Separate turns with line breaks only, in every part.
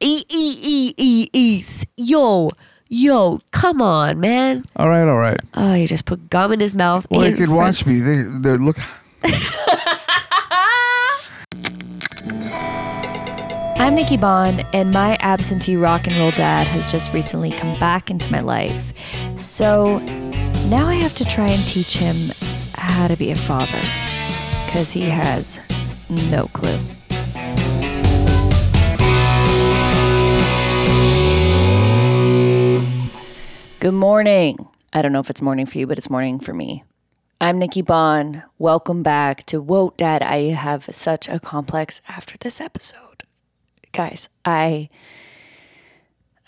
E E E E E. S- Yo, yo, come on, man.
All right, all right.
Oh, he just put gum in his mouth.
Well, they
in
could
front-
watch me. They, they look.
I'm Nikki Bond, and my absentee rock and roll dad has just recently come back into my life. So now I have to try and teach him how to be a father because he has no clue. Good morning. I don't know if it's morning for you, but it's morning for me. I'm Nikki Bond. Welcome back to Whoa, Dad. I have such a complex after this episode guys, I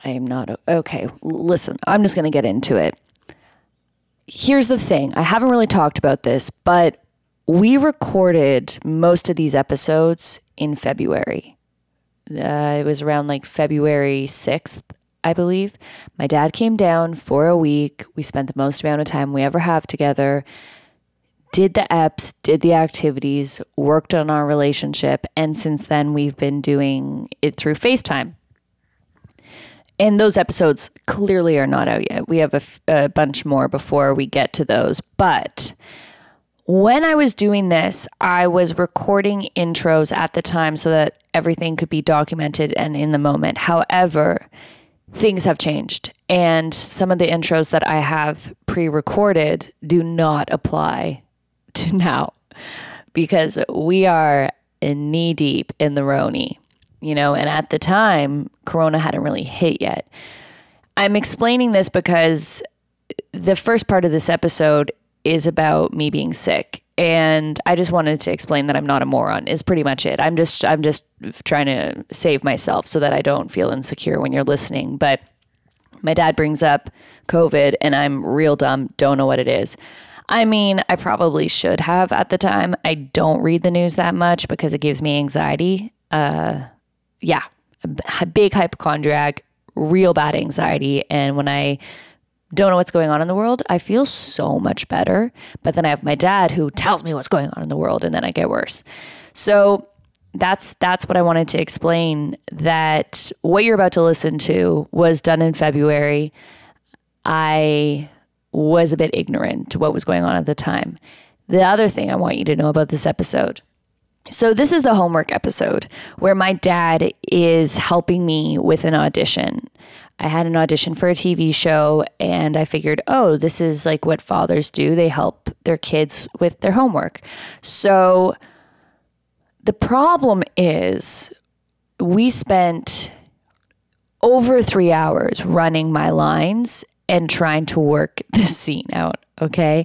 I am not okay. Listen, I'm just going to get into it. Here's the thing. I haven't really talked about this, but we recorded most of these episodes in February. Uh, it was around like February 6th, I believe. My dad came down for a week. We spent the most amount of time we ever have together did the EPS, did the activities, worked on our relationship. And since then, we've been doing it through FaceTime. And those episodes clearly are not out yet. We have a, f- a bunch more before we get to those. But when I was doing this, I was recording intros at the time so that everything could be documented and in the moment. However, things have changed and some of the intros that I have pre-recorded do not apply to now because we are knee deep in the Roni, you know, and at the time Corona hadn't really hit yet. I'm explaining this because the first part of this episode is about me being sick and I just wanted to explain that I'm not a moron is pretty much it. I'm just I'm just trying to save myself so that I don't feel insecure when you're listening, but my dad brings up COVID and I'm real dumb, don't know what it is. I mean, I probably should have at the time. I don't read the news that much because it gives me anxiety. Uh, yeah, a b- a big hypochondriac, real bad anxiety. And when I don't know what's going on in the world, I feel so much better. But then I have my dad who tells me what's going on in the world and then I get worse. So that's that's what I wanted to explain that what you're about to listen to was done in February. I was a bit ignorant to what was going on at the time. The other thing I want you to know about this episode so, this is the homework episode where my dad is helping me with an audition. I had an audition for a TV show, and I figured, oh, this is like what fathers do. They help their kids with their homework. So, the problem is we spent over three hours running my lines and trying to work this scene out, okay?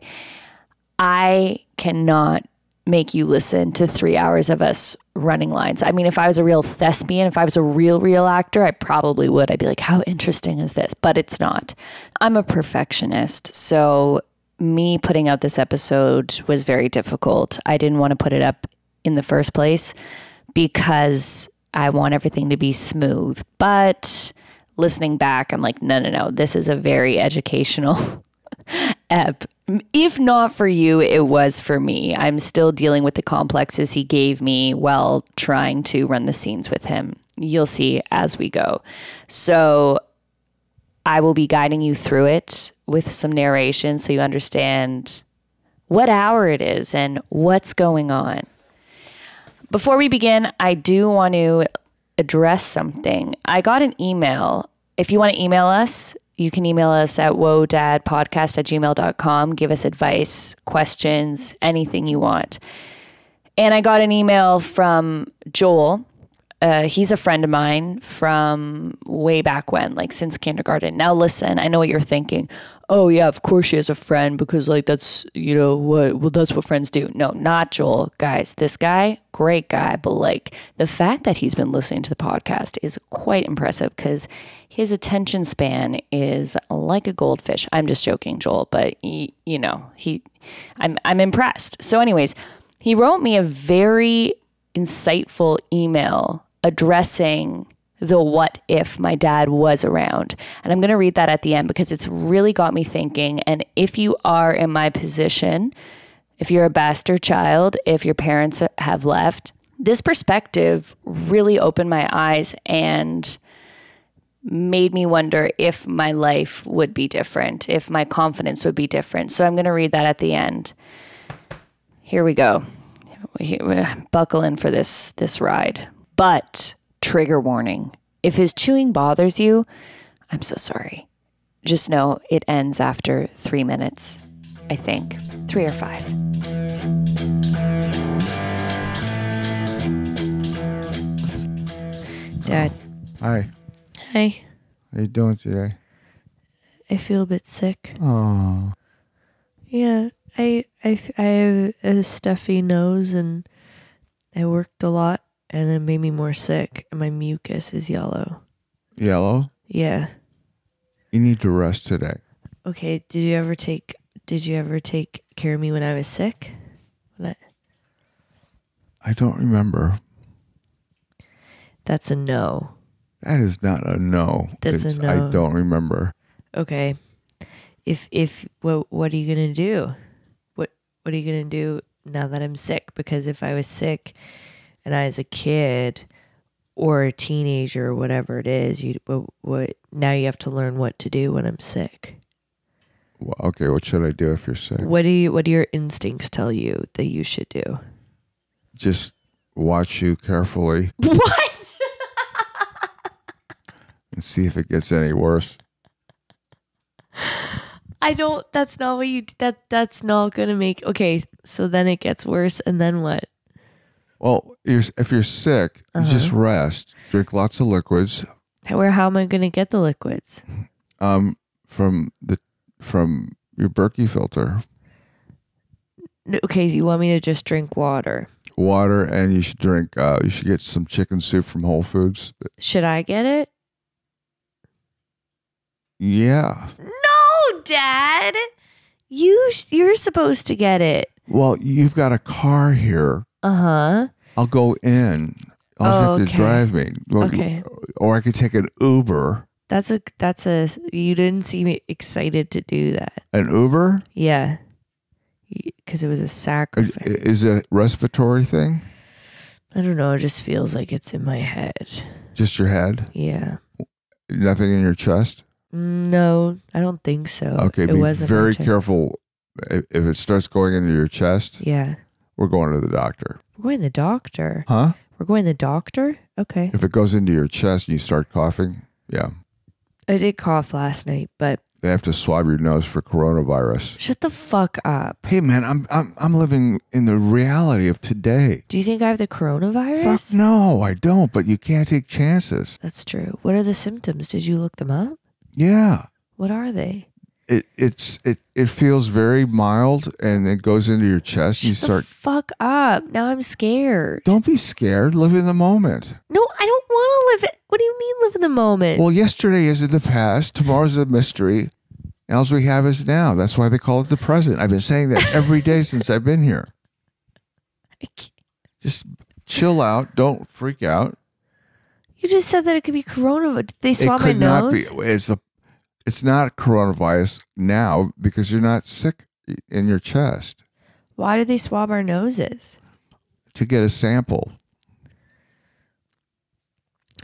I cannot make you listen to three hours of us running lines. I mean, if I was a real thespian, if I was a real, real actor, I probably would. I'd be like, how interesting is this? But it's not. I'm a perfectionist. So, me putting out this episode was very difficult. I didn't want to put it up in the first place because I want everything to be smooth. But listening back, I'm like, no, no, no. This is a very educational ep. If not for you, it was for me. I'm still dealing with the complexes he gave me while trying to run the scenes with him. You'll see as we go. So I will be guiding you through it with some narration so you understand what hour it is and what's going on. Before we begin, I do want to address something. I got an email. If you want to email us, you can email us at wodadpodcast at gmail.com. Give us advice, questions, anything you want. And I got an email from Joel. Uh, he's a friend of mine from way back when, like since kindergarten. Now, listen, I know what you're thinking. Oh, yeah, of course she has a friend because, like, that's, you know, what, well, that's what friends do. No, not Joel, guys. This guy, great guy, but like the fact that he's been listening to the podcast is quite impressive because his attention span is like a goldfish. I'm just joking, Joel, but, y- you know, he, I'm, I'm impressed. So, anyways, he wrote me a very insightful email addressing the what if my dad was around. And I'm going to read that at the end because it's really got me thinking. And if you are in my position, if you're a bastard child, if your parents have left, this perspective really opened my eyes and made me wonder if my life would be different, if my confidence would be different. So I'm going to read that at the end. Here we go. Here- eh, Buckle in for this this ride. But trigger warning. If his chewing bothers you, I'm so sorry. Just know it ends after 3 minutes, I think. 3 or 5.
Dad.
Hi.
Hey,
How you doing today?
I feel a bit sick.
Oh.
Yeah, I, I, f- I have a stuffy nose and I worked a lot and it made me more sick and my mucus is yellow.
Yellow.
Yeah.
You need to rest today.
Okay, did you ever take did you ever take care of me when I was sick? When I-
I don't remember.
That's a no.
That is not a no.
That's a
It's,
no.
I don't remember.
Okay. If if what what are you going to do? What what are you going to do now that I'm sick because if I was sick and I was a kid or a teenager or whatever it is, you what, what now you have to learn what to do when I'm sick.
Well, okay, what should I do if you're sick?
What do you what do your instincts tell you that you should do?
Just watch you carefully
What?
and see if it gets any worse.
I don't. That's not what you. That that's not gonna make. Okay, so then it gets worse, and then what?
Well, you're, if you're sick, you just rest. Drink lots of liquids
Where? How am I gonna get the liquids?
um, from the from your Berkey filter,
N- Okay, so you want me to just drink water?
water, and you should drink. Uh, you should get some chicken soup from Whole Foods.
Should I get it?
Yeah.
No, Dad. You sh- you're supposed to get it.
Well, you've got a car here.
Uh huh.
I'll go in. I'll just
Oh,
have to
okay.
drive me. Or,
Okay.
or I could take an Uber.
That's a that's a. You didn't seem excited to do that.
An Uber?
Yeah. Because it was a
I-
sacrifice.
Is it a respiratory thing?
I don't know. It just feels like it's in my head.
Just your head?
Yeah. Mm,
Nothing in your chest?
No, I don't think so.
Okay,
it
be
wasn't my
very
chest.
careful. If if it starts going into your chest,
Yeah.
we're going to the doctor.
We're going to the doctor.
Huh?
We're going to the doctor? Okay.
If it goes into your chest and you start coughing, yeah.
I did cough last night, but
They have to swab your nose for coronavirus.
shut the fuck up.
Hey man, I'm I'm I'm living in the reality of today.
Do you think I have the
Fuck
coronavirus?
no, I don't, but you can't take chances.
That's true. What are the symptoms? Did you look them up?
Yeah.
What are they?
It it's it, it feels very mild and it goes into your chest.
Shut
You start
the fuck up. Now I'm scared.
Don't be scared. Live in the moment.
No, I don't want to live it. What do you mean live in the moment?
Well, yesterday is in the past. Tomorrow's a mystery. and All we have is now. That's why they call it the present. I've been saying that every day since I've been here.
I can't-
Just chill out. Don't freak out.
you just said that it could be coronavirus. Did they swab
it could
my
not be.
nose?
It's the. It's not coronavirus now because you're not sick in your chest
Why did they swab our noses?
to get a sample.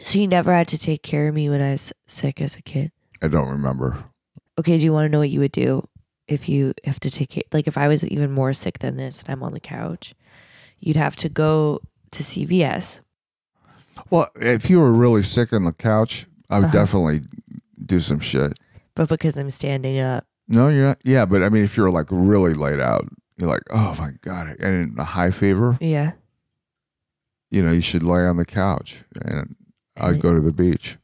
So you never had to take care of me when I was sick as a kid?
I don't remember.
okay, do you want to know what you would do if you have to take it? Like, if I was even more sick than this and I'm on the couch, you'd have to go to CVS.
Well, if you were really sick on the couch, I would
Uh-huh.
definitely do some shit.
But because I'm standing up,
No, you're not. Yeah, but I mean, if you're like really laid out, you're like, oh my god, and in a high fever,
yeah,
you know, you should lay on the couch, and I'd go to the beach.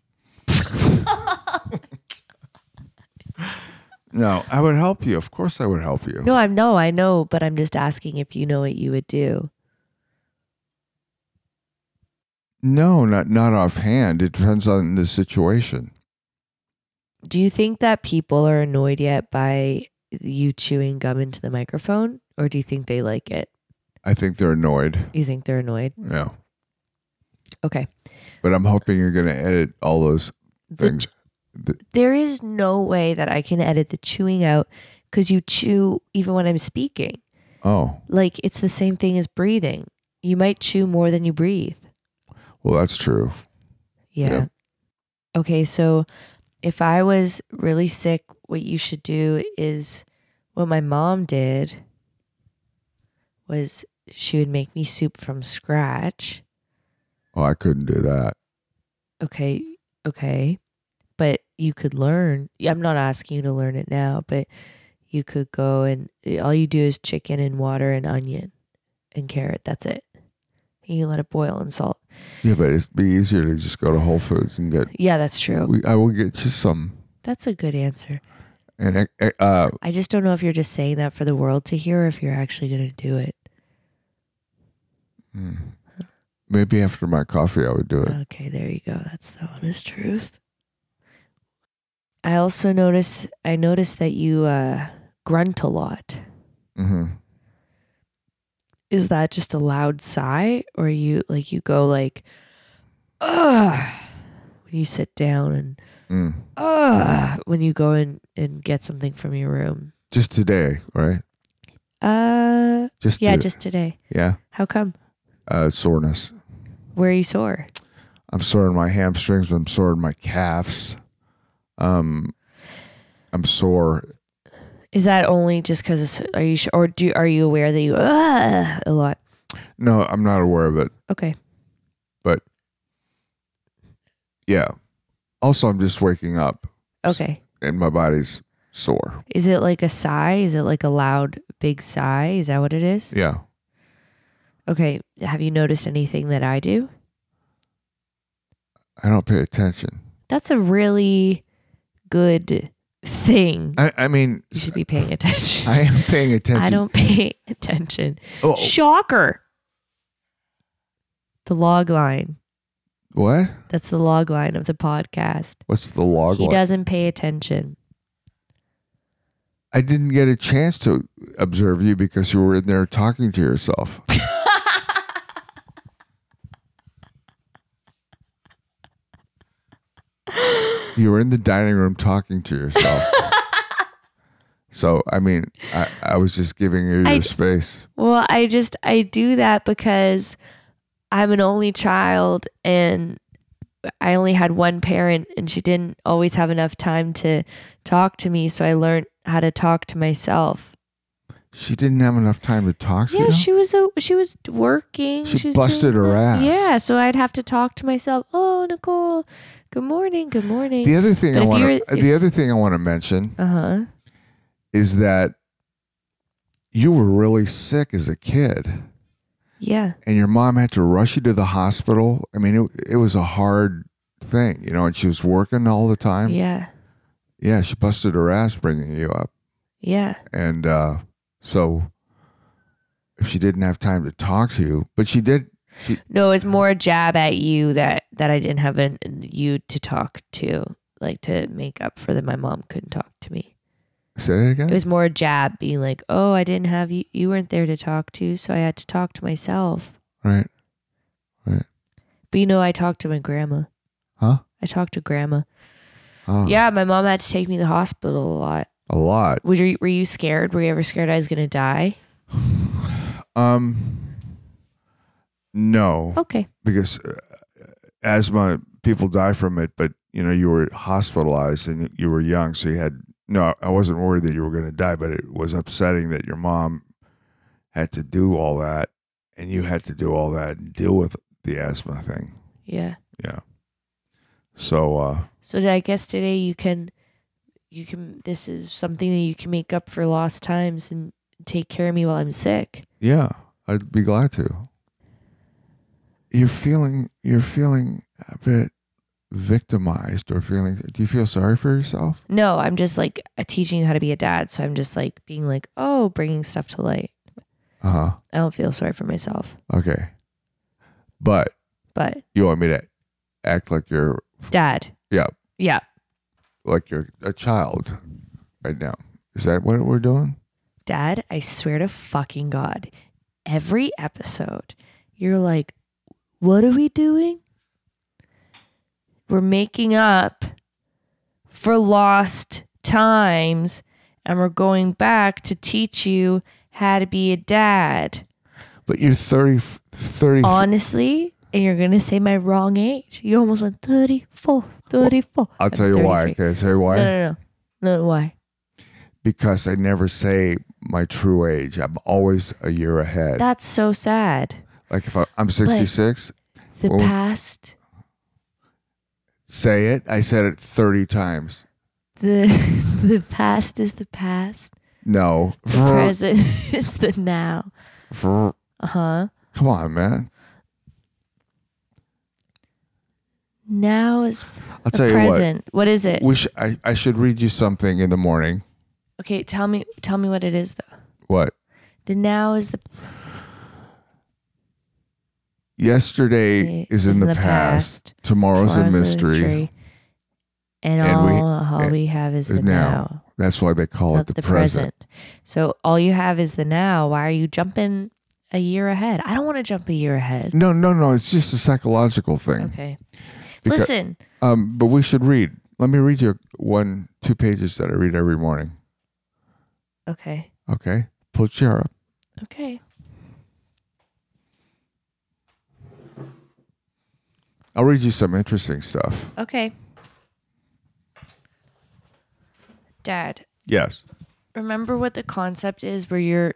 no, I would help you. Of course, I would help you.
no, I'm no, I know, but I'm just asking if you know what you would do.
No, not not offhand. It depends on the situation.
Do you think that people are annoyed yet by you chewing gum into the microphone, or do you think they like it?
I think they're annoyed.
You think they're annoyed?
Yeah,
Okay,
but I'm hoping you're going to edit all those
The
things. The-
there is no way that I can edit the chewing out because you chew even when I'm speaking.
oh,
like it's the same thing as breathing. You might chew more than you breathe.
well, that's true.
Yeah.
Yeah.
okay, so if I was really sick, what you should do is what my mom did was she would make me soup from scratch.
Oh, I couldn't do that.
Okay, okay. But you could learn. I'm not asking you to learn it now, but you could go and all you do is chicken and water and onion and carrot. That's it. And you let it boil and salt.
Yeah, but it'd be easier to just go to Whole Foods and get.
Yeah, that's true.
We, I will get you some.
That's a good answer.
And uh, uh,
I just don't know if you're just saying that for the world to hear or if you're actually going to do it.
hmm. maybe after my coffee, I would do it.
Okay, there you go. That's the honest truth. I also notice I noticed that you uh, grunt a lot. Uh.
hmm
Is that just a loud sigh, or you like you go like, ugh, when you sit down and
Mm.
ugh when you go in and get something from your room?
Just today, right?
Uh,
Just to-
yeah, just today.
yeah.
How come?
Uh, soreness.
Where are you sore?
I'm sore in my hamstrings. I'm sore in my calves. Um, I'm sore.
Is that only just because are you sure, or do are you aware that you uh, a lot?
No, I'm not aware of it.
Okay,
Yeah. Also, I'm just waking up
okay.
and my body's sore.
Is it like a sigh? Is it like a loud big sigh? Is that what it is?
Yeah.
Okay. Have you noticed anything that I do?
I don't pay attention.
That's a really good thing.
I, I mean,
You should be paying attention.
I am paying attention.
I don't pay attention.
Oh,
Shocker. The log line.
what?
That's the log line of the podcast.
What's the log?
he
line?
doesn't pay attention.
I didn't get a chance to observe you because you were in there talking to yourself. you were in the dining room talking to yourself. so, I mean, I, I was just giving you your
I-
space.
Well, I just I do that because I'm an only child and I only had one parent and she didn't always have enough time to talk to me, so I learned how to talk to myself.
She didn't have enough time to talk to
yeah,
you.
she was a she was working.
She
was
busted
doing
her ass.
that. Yeah, so I'd have to talk to myself. Oh, Nicole, good morning, good morning.
the other thing
But
I
if
want
you're-
to the
if-
other thing I want to mention
uh huh.
is that you were really sick as a kid.
Yeah.
and your mom had to rush you to the hospital. I mean, it, it was a hard thing, you know, and she was working all the time.
yeah.
Yeah, she busted her ass bringing you up.
Yeah.
And uh, so if she didn't have time to talk to you, but she did.
No, it's more a jab at you that that I didn't have an, you to talk to, like to make up for that my mom couldn't talk to me.
Say that again?
It was more a jab being like, "Oh, I didn't have you you weren't there to talk to, so I had to talk to myself."
right.
But you know, I talked to my grandma.
Huh?
I talked to grandma.
Oh,
Yeah, my mom had to take me to the hospital a lot.
A lot.
Would you were you scared? Were you ever scared I was going to die?
Um, no,
Okay.
because uh, asthma, people die from it, but, you know, you were hospitalized and you were young, so you had no, I wasn't worried that you were going to die, but it was upsetting that your mom had to do all that and you had to do all that and deal with the asthma thing.
Yeah.
Yeah. So, uh,
So I guess today you can you can this is something that you can make up for lost times and take care of me while I'm sick.
yeah, I'd be glad to. You're feeling, you're feeling a bit victimized or feeling, do you feel sorry for yourself?
No, I'm just like uh, teaching you how to be a dad. So I'm just like being like, oh, bringing stuff to light.
Uh
I don't feel sorry for myself,
huh. Okay. But
but
you want me to act like you're,
dad.
Yeah.
Yeah.
like you're a child right now. Is that what we're doing?
Dad, I swear to fucking God, every episode, you're like, what are we doing? We're making up for lost times and we're going back to teach you how to be a dad.
But you're 30, 30
Honestly, and you're going to say my wrong age. You almost went 34, 34.
I'll
I'm
tell you why.
33.
Okay, I'll tell you why.
No, no, no. No, why?
Because I never say my true age. I'm always a year ahead.
That's so sad.
like if I, I'm 66,
The
Well-
past,
say it. I said it 30 times.
the the past is the past.
No.
The present is the now.
Come
Uh huh.
on, man.
Now is
I'll
the
tell you
present. what is it?
what. We sh- I, I should read you something in the morning.
okay, tell me tell me what it is though.
What?
The now is the
Yesterday is in the, past. Tomorrow's,
Tomorrow's
a mystery.
And,
And we-
all, all
and-
we have is
is
the
now.
now.
That's why they call
not
it the, present.
So all you have is the now. Why are you jumping a year ahead? I don't want to jump a year ahead.
No, no, no. It's just a psychological thing.
Okay.
Because-
Listen,
Um, but we should read. Let me read you one, two pages that I read every morning.
Okay.
Okay. Pull a chair up.
Okay.
I'll read you some interesting stuff.
Okay. Dad,
Yes.
remember what the concept is where you're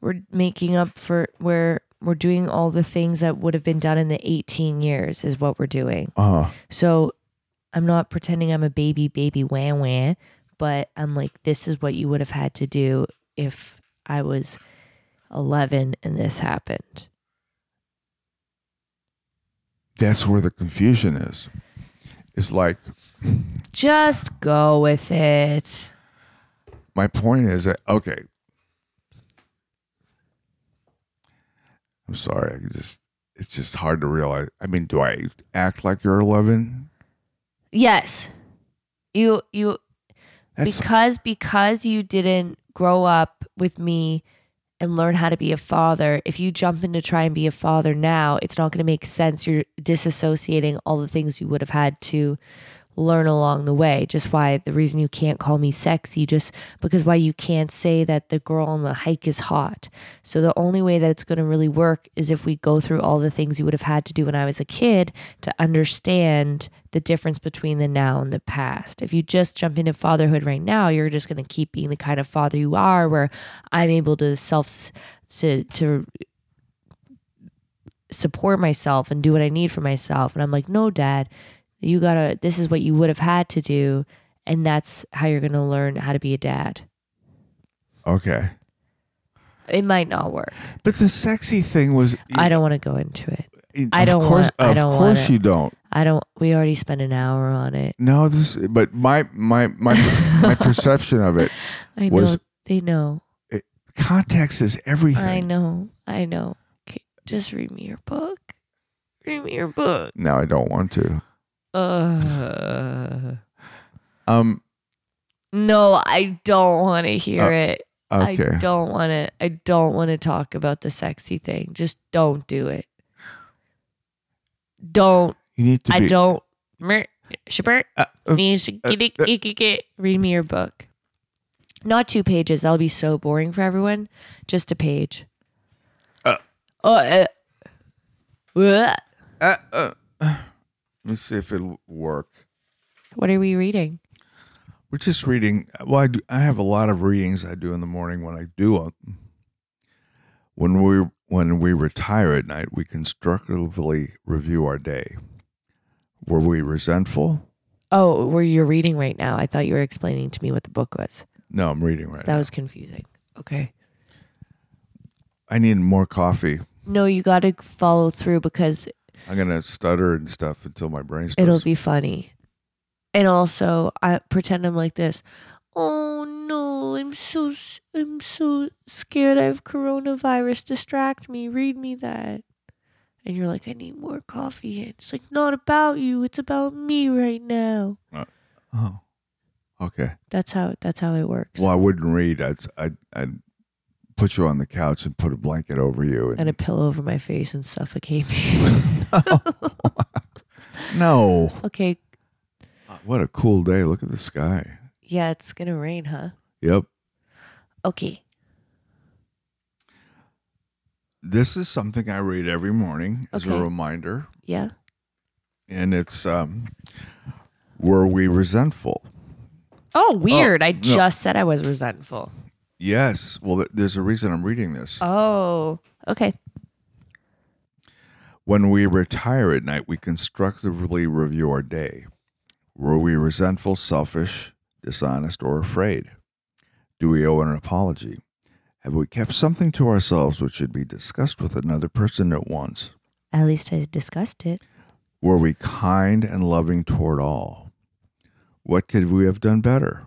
we're making up for where we're doing all the things that would have been done in the 18 years is what we're doing.
Uh,
So I'm not pretending I'm a baby baby wah wah, but I'm like this is what you would have had to do if I was 11 and this happened.
that's where the confusion is. It's like,
Just go with it.
my point is that, okay. I'm sorry. I just, it's just hard to realize. I mean, do I act like you're 11?
Yes. You you
That's
because because you didn't grow up with me and learn how to be a father if you jump in to try and be a father now it's not going to make sense you're disassociating all the things you would have had to learn along the way just why the reason you can't call me sexy just because why you can't say that the girl on the hike is hot so the only way that it's going to really work is if we go through all the things you would have had to do when i was a kid to understand the difference between the now and the past if you just jump into fatherhood right now you're just going to keep being the kind of father you are where i'm able to self to to support myself and do what i need for myself and i'm like no dad you gotta this is what you would have had to do and that's how you're gonna learn how to be a dad
okay.
it might not work
But the sexy thing was,
i don't want to go into it
Of
I don't
course,
want- I
of
don't want
course
it.
you don't.
i don't we already spent an hour on it
No, this. But my my my my perception of it.
i
Was-
know they know
Context is everything.
i know i know okay, just read me your book read me your book
No, I don't want to.
uh,
Um.
no i don't want to hear
Uh,
it
Okay.
i don't want to i don't want to talk about the sexy thing just don't do it don't
you need to
I
be.
don't. Mer- Shabert,
Uh, uh,
you should get it- get- get- get- read me your book. Not two pages. That'll be so boring for everyone. Just a page.
Uh.
oh, uh, Wha-
uh, uh, let me see if it'll work.
what are we reading?
We're just reading. Well, I do. I have a lot of readings I do in the morning when I do. uh, When we when we retire at night, we constructively review our day. Were we resentful?
Oh, where you're reading right now. I thought you were explaining to me what the book was.
No, I'm reading right
That
now.
was confusing. Okay.
I need more coffee.
No, you got to follow through because
I'm gonna stutter and stuff until my brain starts.
it'll be funny. And also, I pretend I'm like this. Oh no, I'm so s- I'm so scared. I have coronavirus. Distract me. Read me that. And you're like, I need more coffee. And it's like not about you. It's about me right now.
oh, okay.
That's how that's how it works.
Well, I wouldn't read. I'd, I'd I'd put you on the couch and put a blanket over you.
And
And,
a pillow over my face and suffocate me.
no,
okay,
what a cool day! Look at the sky.
yeah, it's gonna rain, huh?
Yep.
Okay.
This is something I read every morning as
Okay.
a reminder,
Yeah.
and it's um, Were We Resentful?
Oh, weird. I
no.
just said I was resentful.
Yes. Well, th- there's a reason I'm reading this.
Oh, okay.
When we retire at night, we constructively review our day. Were we resentful, selfish, dishonest, or afraid? Do we owe an apology? Have we kept something to ourselves which should be discussed with another person at once?
At least I discussed it.
Were we kind and loving toward all? What could we have done better?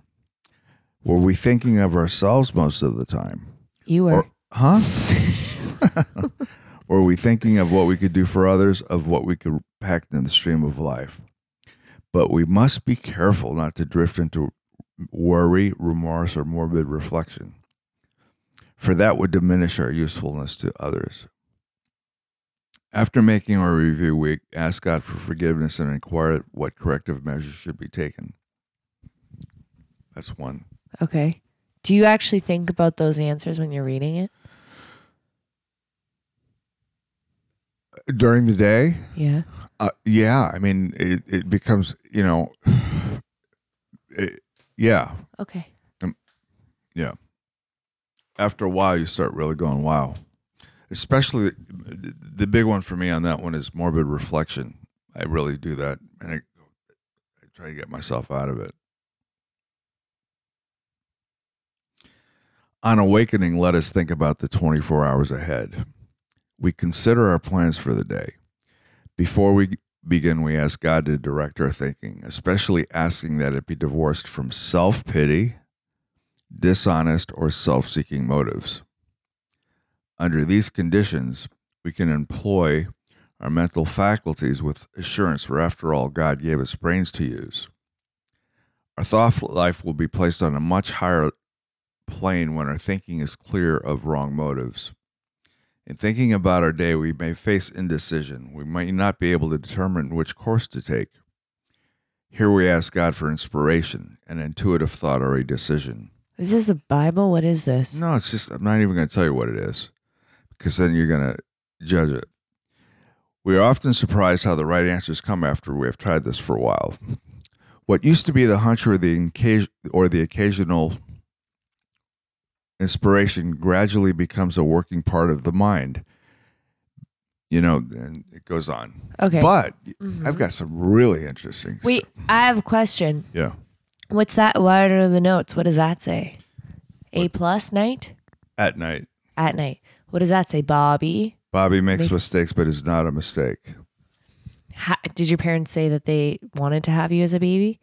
Were we thinking of ourselves most of the time?
You were.
Or, huh? Were we thinking of what we could do for others, of what we could pack in the stream of life? But we must be careful not to drift into worry, remorse, or morbid reflection, for that would diminish our usefulness to others. After making our review, we ask God for forgiveness and inquire what corrective measures should be taken. That's one.
okay. Do you actually think about those answers when you're reading it?
During the day,
Yeah.
Uh, yeah, I mean, it, it becomes, you know, it, yeah,
Okay.
yeah. After a while, you start really going, wow. Especially the, the big one for me on that one is morbid reflection. I really do that, and I, I try to get myself out of it. On awakening, let us think about the 24 hours ahead. We consider our plans for the day. Before we begin, we ask God to direct our thinking, especially asking that it be divorced from self pity, dishonest, or self seeking motives. Under these conditions, we can employ our mental faculties with assurance, for after all, God gave us brains to use. Our thought life will be placed on a much higher plane when our thinking is clear of wrong motives. In thinking about our day, we may face indecision. We might not be able to determine which course to take. Here we ask God for inspiration, an intuitive thought, or a decision.
Is this a Bible? What is this?
No, it's just, I'm not even going to tell you what it is because then you're going to judge it. We are often surprised how the right answers come after we have tried this for a while. What used to be the hunch or the, occasion, or the occasional inspiration gradually becomes a working part of the mind. You know, and it goes on.
Okay.
But
Mhm.
I've got some really interesting
Wait, I have a question.
Yeah.
What's that? What are the notes? What does that say? A plus night?
At night,
At night. What does that say, Bobby?
Bobby makes,
Makes-
mistakes, but is not a mistake.
Ha did your parents say that they wanted to have you as a baby?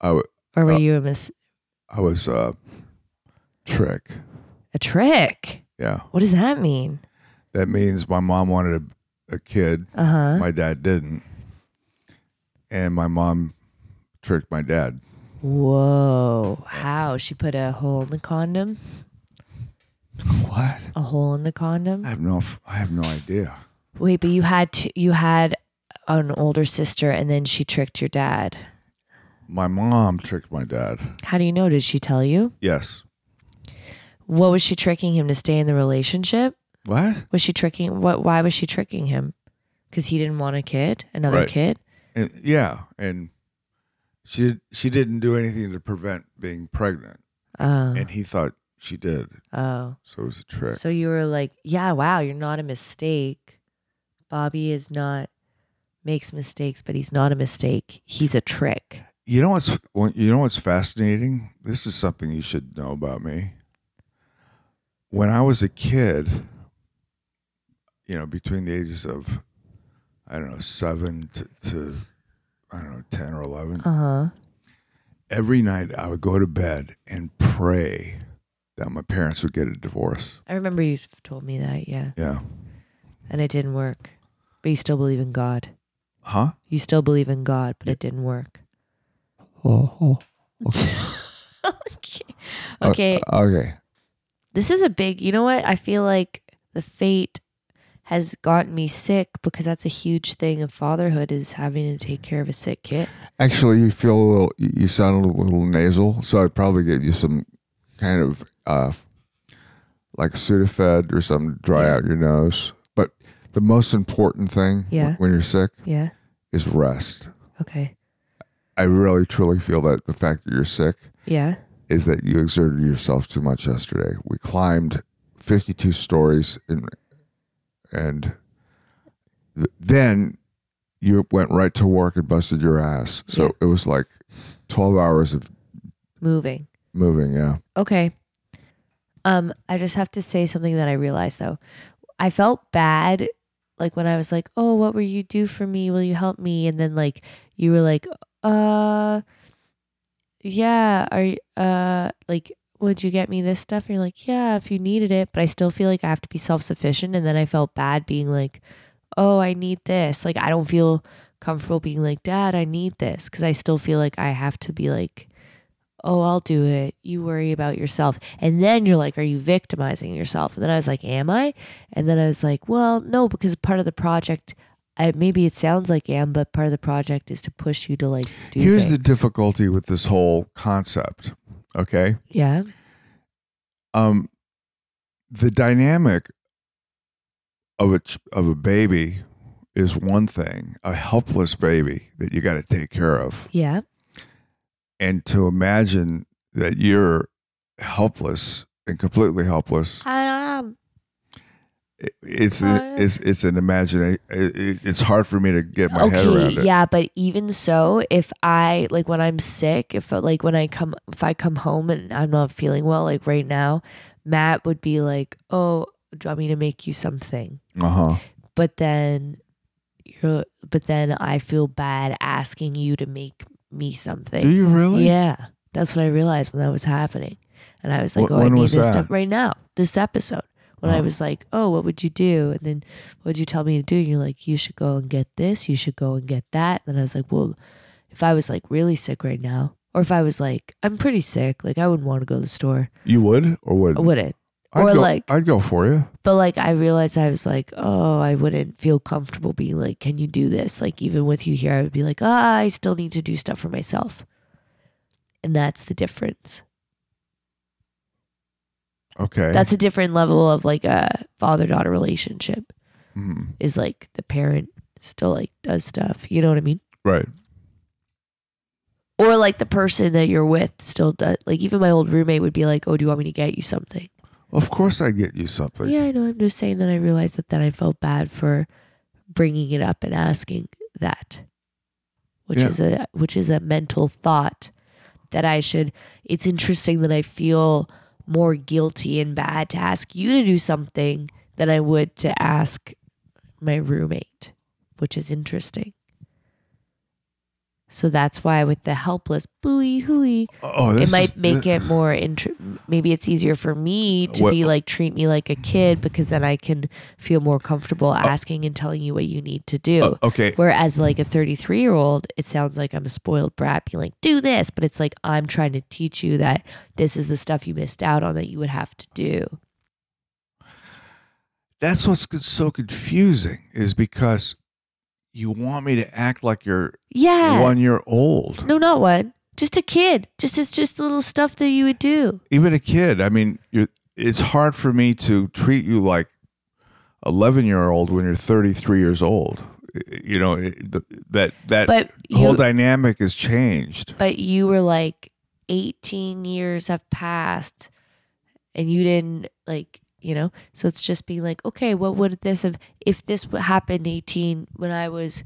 I, w-
Or were
Uh,
you a, mis-
I was uh, trick.
a trick?
Yeah.
What does that mean?
That means my mom wanted a, a kid,
Uh huh.
my dad didn't. And my mom tricked my dad.
Whoa. How? She put a hole in the condom?
What?
A hole in the condom?
I have no f- I have no idea.
Wait, but you had t- you had an older sister and then she tricked your dad.
My mom tricked my dad.
How do you know? Did she tell you?
Yes.
What was she tricking him to stay in the relationship?
What?
Was she tricking what why was she tricking him? Cuz he didn't want a kid, another
Right.
kid?
And yeah, and she she didn't do anything to prevent being pregnant,
Oh.
and he thought she did.
oh.
So it was a trick.
So you were like, "Yeah, wow, you're not a mistake. Bobby is not makes mistakes, but he's not a mistake. He's a trick."
You know what's well, you know what's fascinating? This is something you should know about me. When I was a kid, you know, between the ages of I don't know, 7 to, to I don't know, 10 or 11,
Uh-huh.
every night I would go to bed and pray that my parents would get a divorce.
I remember you told me that, yeah.
Yeah.
And it didn't work. But you still believe in God.
Huh?
You still believe in God, but it didn't work. Oh, okay. Uh, Okay.
Uh, okay.
This is a big, you know what? I feel like the fate has gotten me sick because that's a huge thing of fatherhood is having to take care of a sick kid.
Actually, you feel a little, you you sound a little nasal, so I'd probably get you some kind of uh, like Sudafed or something to dry out your nose. But the most important thing w-
Yeah.
when you're sick
Yeah.
is rest.
Okay.
I really truly feel that the fact that you're sick
Yeah.
is that you exerted yourself too much yesterday. We climbed 52 stories and and th- then you went right to work and busted your ass. So
Yeah.
it was like 12 hours of
Moving.
moving, yeah.
Okay. Um, I just have to say something that I realized though. I felt bad like when I was like, Oh, what will you do for me? Will you help me? And then like you were like, uh yeah, are you uh like would you get me this stuff? And you're like, Yeah, if you needed it, but I still feel like I have to be self sufficient and then I felt bad being like, Oh, I need this. Like I don't feel comfortable being like, Dad, I need this because I still feel like I have to be like oh, I'll do it. You worry about yourself. And then you're like, are you victimizing yourself? And then I was like, am I? And then I was like, well, no, because part of the project, I, maybe it sounds like am, but part of the project is to push you to like do
Here's the
things.
difficulty with this whole concept, okay?
yeah.
um the dynamic of a ch- of a baby is one thing a helpless baby that you got to take care of
Yeah.
and to imagine that you're helpless and completely helpless
Um,
i- it's an, it's it's an imagination it's hard for me to get my head around it
yeah, but even so, if I like when I'm sick, if like when I come, if I come home and I'm not feeling well, like right now, Matt would be like, "Oh, do you want me to make you something?"
uh-huh
but then you're but then I feel bad asking you to make me something.
do you really
Yeah. That's what I realized when that was happening. And I was like,
Wh-
Oh, I
when
need
was
this
that?
stuff right now, this episode. When I
Oh.
was like, Oh, what would you do? And then what would you tell me to do? And you're like, You should go and get this, you should go and get that. And then I was like, Well, if I was like really sick right now, or if I was like, I'm pretty sick, like I wouldn't want to go to the store.
you would or would
I wouldn't.
I'd
or
go,
like-
i'd go for you
But like I realized I was like, oh, I wouldn't feel comfortable being like, can you do this? Like even with you here, I would be like, ah, I still need to do stuff for myself. And that's the difference.
okay
That's a different level of like a father daughter relationship
Mhm.
is like the parent still like does stuff. You know what I mean?
right
Or like the person that you're with still does like even my old roommate would be like, Oh, do you want me to get you something?
of course i'd get you something
yeah, I know. I'm just saying that I realized that then I felt bad for bringing it up and asking that, which
Yeah.
is a which is a mental thought that I should. It's interesting that I feel more guilty and bad to ask you to do something than I would to ask my roommate, which is interesting. So that's why with the helpless booey hooey,
oh
it
this
might
is-
make it more intr- maybe it's easier for me to
What-
be like treat me like a kid because then i can feel more
Oh.
comfortable asking and telling you what you need to do
Uh, okay
whereas like a 33 year old it sounds like i'm a spoiled brat being like do this but it's like i'm trying to teach you that this is the stuff you missed out on that you would have to do
that's what's co- so confusing is because you want me to act like you're
yeah
one year old
no not one just a kid just it's just little stuff that you would do
even a kid i mean you're, it's hard for me to treat you like 11 year old when you're 33 years old you know it- th- that that
but
whole
you
dynamic has changed
but you were like 18 years have passed and you didn't like you know so it's just being like okay what would this have if this w- happened 18 when i was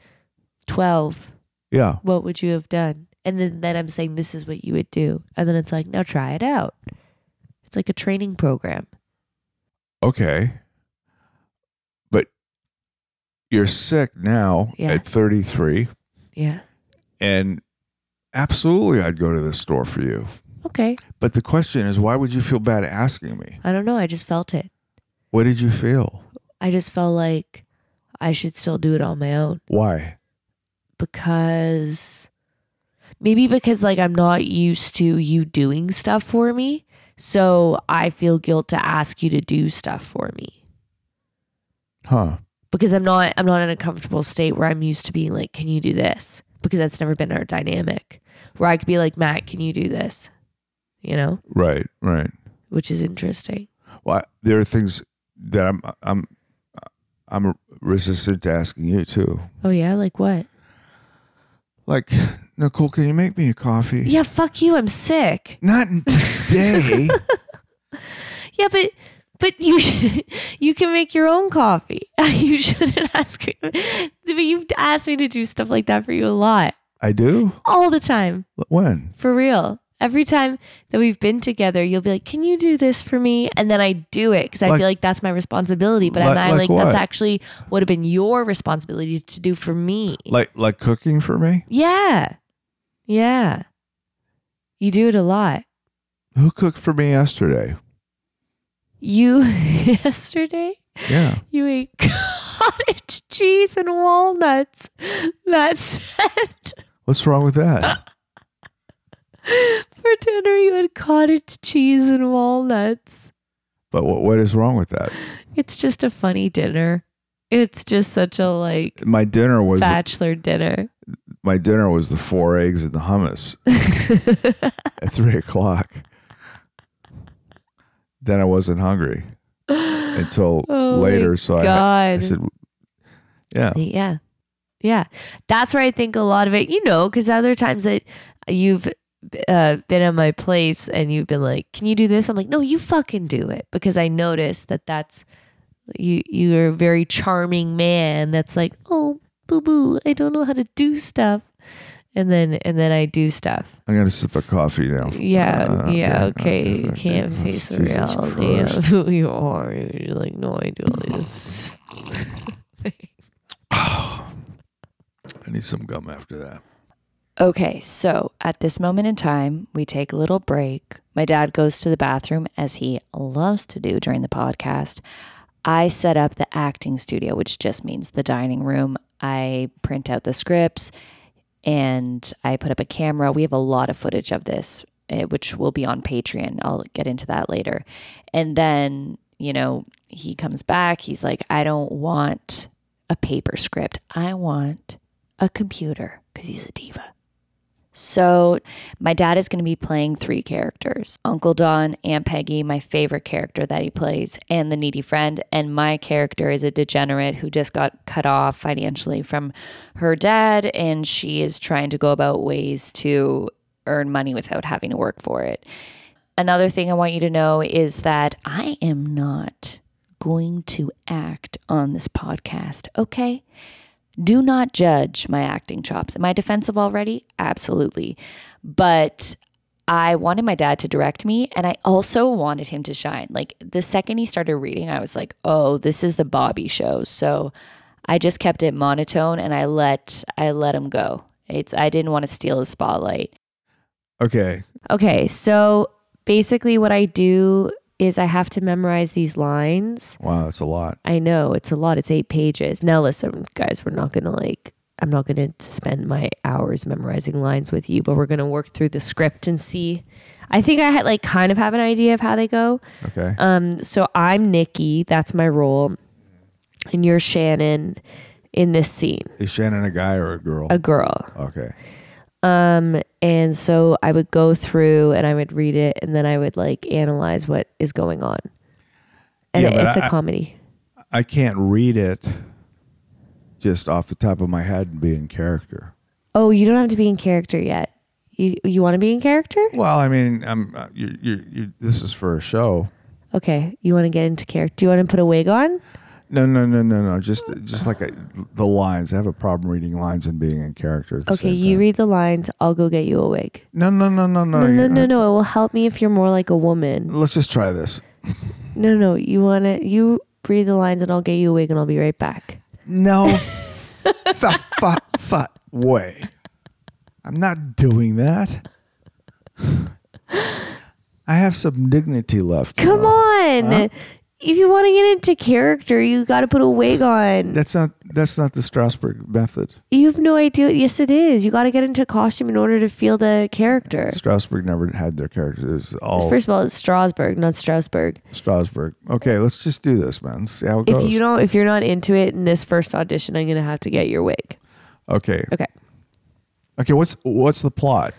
12
yeah
what would you have done and then then i'm saying this is what you would do and then it's like now try it out it's like a training program
okay but you're sick now
Yeah.
at 33
yeah
and absolutely i'd go to the store for you
okay
But the question is, why would you feel bad asking me?
i don't know i just felt it
What did you feel?
i just felt like i should still do it on my own
Why?
because maybe because like I'm not used to you doing stuff for me. So I feel guilt to ask you to do stuff for me
Huh?
because I'm not I'm not in a comfortable state where I'm used to being like, "Can you do this?" because that's never been our dynamic. Where I could be like, "Matt, can you do this?" You know,
Right, right.
which is interesting.
Well, I- there are things that I'm I'm I'm resistant to asking you too.
Oh yeah, like what?
Like, Nicole, can you make me a coffee?
Yeah, fuck you. I'm sick.
Not in today.
Yeah, but but you should, you can make your own coffee. you shouldn't ask me. But you've asked me to do stuff like that for you a lot,
I do.
all the time,
When?
for real. Every time that we've been together, you'll be like, "Can you do this for me?" And then I do it because I
Like-
feel like that's my responsibility. But
Like-
I'm not
like
like,
what?
that's actually would have been your responsibility to do for me.
Like like cooking for me?
yeah, yeah. You do it a lot.
Who cooked for me yesterday?
You yesterday.
Yeah.
You ate cottage cheese and walnuts. That said,
What's wrong with that?
for dinner you had cottage cheese and walnuts.
But what, what is wrong with that?
It's just a funny dinner. It's just such a like
My dinner was
bachelor dinner.
my dinner was the four eggs and the hummus at three o'clock. Then I wasn't hungry until
Oh my
later. So I, ha- I
God.
said, "Yeah,
Yeah. Yeah. That's where I think a lot of it, you know, because other times that you've uh, been at my place and you've been like, can you do this? I'm like, no, you fucking do it. Because I noticed that that's, you, you're a very charming man that's like, oh, boo boo, I don't know how to do stuff. And then, and then I do stuff.
I'm gonna sip a coffee now."
Yeah,
Uh,
yeah, Ah, okay.
okay,
You
okay.
can't face the
Jesus
reality
Christ.
of who you are. You're like, no, I do all this.
I need some gum after that.
Okay, so at this moment in time, we take a little break. My dad goes to the bathroom as he loves to do during the podcast. I set up the acting studio, which just means the dining room. I print out the scripts and I put up a camera. We have a lot of footage of this, eh, which will be on Patreon. I'll get into that later. And then, you know, he comes back. He's like, I don't want a paper script, I want a computer because he's a diva. So, my dad is going to be playing three characters Uncle Don, Aunt Peggy, my favorite character that he plays, and the needy friend. And my character is a degenerate who just got cut off financially from her dad, and she is trying to go about ways to earn money without having to work for it. Another thing I want you to know is that I am not going to act on this podcast, okay? Do not judge my acting chops. Am I defensive already? Absolutely. But I wanted my dad to direct me and I also wanted him to shine. Like the second he started reading, I was like, "Oh, this is the Bobby show." So I just kept it monotone and I let I let him go. It's I didn't want to steal his spotlight.
Okay,
Okay, so basically, what I do is I have to memorize these lines.
wow, that's a lot.
I know it's a lot, it's eight pages. Now, listen, guys, we're not gonna like, I'm not gonna spend my hours memorizing lines with you, but we're gonna work through the script and see. I think I had like kind of have an idea of how they go.
Okay,
Um, so I'm Nikki, that's my role, and you're Shannon in this scene,
is Shannon a guy or a girl?
a girl.
okay,
Um, and so I would go through and I would read it and then I would like analyze what is going on. And
Yeah, but
it's a
I-
comedy.
I can't read it just off the top of my head and be in character.
Oh, you don't have to be in character yet. You you want to be in character?
Well, I mean, I'm uh, you you you. This is for a show.
Okay, you want to get into character. Do you want to put a wig on?
No, no, no, no, no. Just just like a, the lines. I have a problem reading lines and being in character. at the
Okay,
same
you
time.
read the lines. I'll go get you a wig.
No, no, no, no, no.
No, no,
you're
no,
not-
no. It will help me if you're more like a woman.
Let's just try this.
No, no. You want to you read the lines and I'll get you a wig and I'll be right back.
No, fa fa fa way. I'm not doing that. I have some dignity left. you
Come
know.
on.
uh-huh.
If you want to get into character, you got to put a wig on.
That's not that's not the Strasbourg method.
You have no idea. Yes, it is. You got to get into costume in order to feel the character.
Strasbourg never had their characters. It was all
First of all, it's Strasbourg, not Strasbourg. Strasbourg.
Okay, let's just do this, man. Let's see how it
If
goes.
you don't, if you're not into it in this first audition, I'm gonna have to get your wig.
okay,
Okay.
okay. What's what's the plot?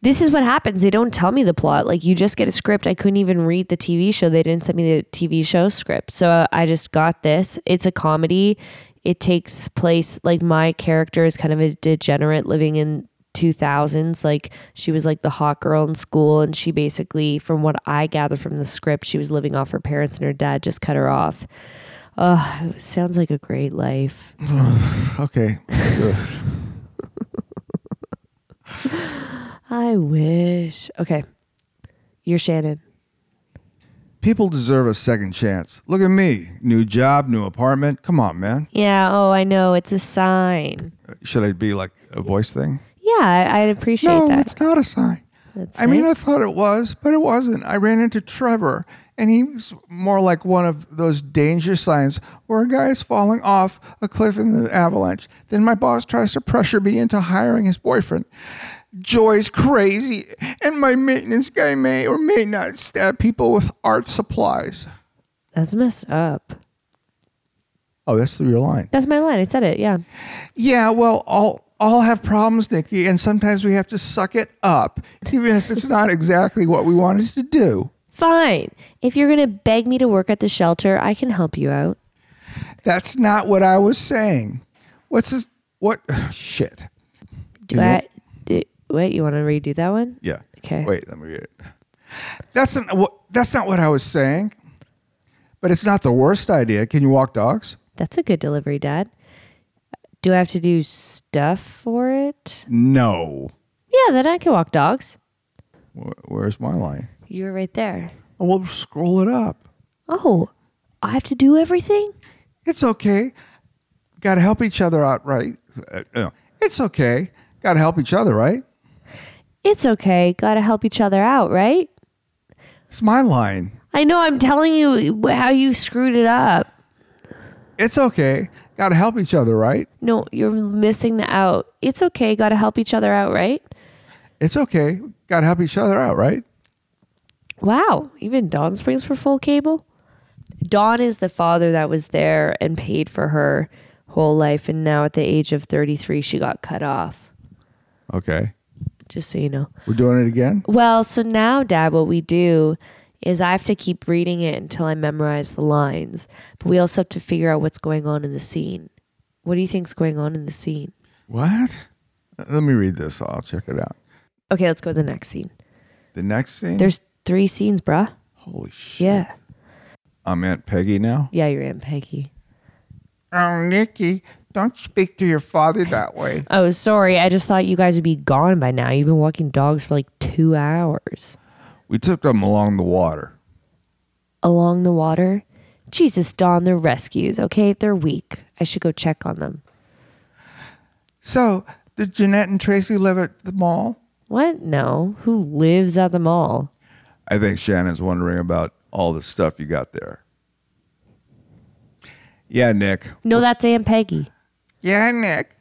This is what happens. They don't tell me the plot. Like you just get a script. I couldn't even read the TV show. They didn't send me the TV show script. So uh, I just got this. It's a comedy. It takes place like my character is kind of a degenerate living in 2000s like she was like the hot girl in school and she basically from what I gather from the script she was living off her parents and her dad just cut her off. Oh, it sounds like a great life.
Okay.
I wish. Okay. You're Shannon.
People deserve a second chance. Look at me. New job, new apartment. Come on, man.
Yeah, oh, I know. It's a sign.
Should I be like a voice thing?
Yeah, I, I appreciate
no,
that.
it's not a sign.
That's
I mean, I
nice.
thought it was, but it wasn't. I ran into Trevor, and he was more like one of those danger signs where a guy is falling off a cliff in the avalanche. Then my boss tries to pressure me into hiring his boyfriend. Joy's crazy, and my maintenance guy may or may not stab people with art supplies.
That's messed up.
Oh, that's your line.
That's my line. I said it. Yeah.
Yeah, well, all all have problems, Nikki, and sometimes we have to suck it up, even if it's not exactly what we wanted to do.
Fine. If you're going to beg me to work at the shelter, I can help you out.
That's not what I was saying. What's this? What? Shit.
Do
You know-
I? d- wait, you want to redo that one?
Yeah.
Okay.
Wait, let me read it. That's not what. That's not what I was saying. But it's not the worst idea. Can you walk dogs?
That's a good delivery, Dad. Do I have to do stuff for it?
No.
Yeah, then I can walk dogs.
Wh- Where's my line?
You're right there.
Oh, well, scroll it up.
Oh, I have to do everything?
It's okay. Got to help each other out, right? Uh, no. It's okay. Got to help each other, right?
It's okay. Gotta help each other out, right?
It's my line.
I know I'm telling you wh- how you screwed it up.
It's okay. Got to help each other, right?
No, you're missing the out. It's okay. Gotta help each other out, right?
It's okay. Got to help each other out, right?
Wow. Even Dawn Springs for full cable? Dawn is the father that was there and paid for her whole life. And now at the age of 33, she got cut off.
Okay.
Just so you know.
We're doing it again.
Well, so now, Dad, what we do is I have to keep reading it until I memorize the lines, but we also have to figure out what's going on in the scene. What do you think's going on in the scene?
What? Uh, Let me read this. I'll check it out.
Okay, let's go to the next scene.
The next scene.
There's three scenes, bruh.
Holy shit.
Yeah.
I'm Aunt Peggy now.
Yeah, you're Aunt Peggy.
Oh, Nikki, don't speak to your father that way.
Oh, sorry. I just thought you guys would be gone by now. You've been walking dogs for like two hours
We took them along the water.
along the water. Jesus, Dawn, they're rescues, okay? They're weak. I should go check on them.
So, did Jeanette and Tracy live at the mall?
What? No. Who lives at the mall?
I think Shannon's wondering about all the stuff you got there. Yeah, Nick.
No, that's Aunt Peggy.
Yeah, Nick.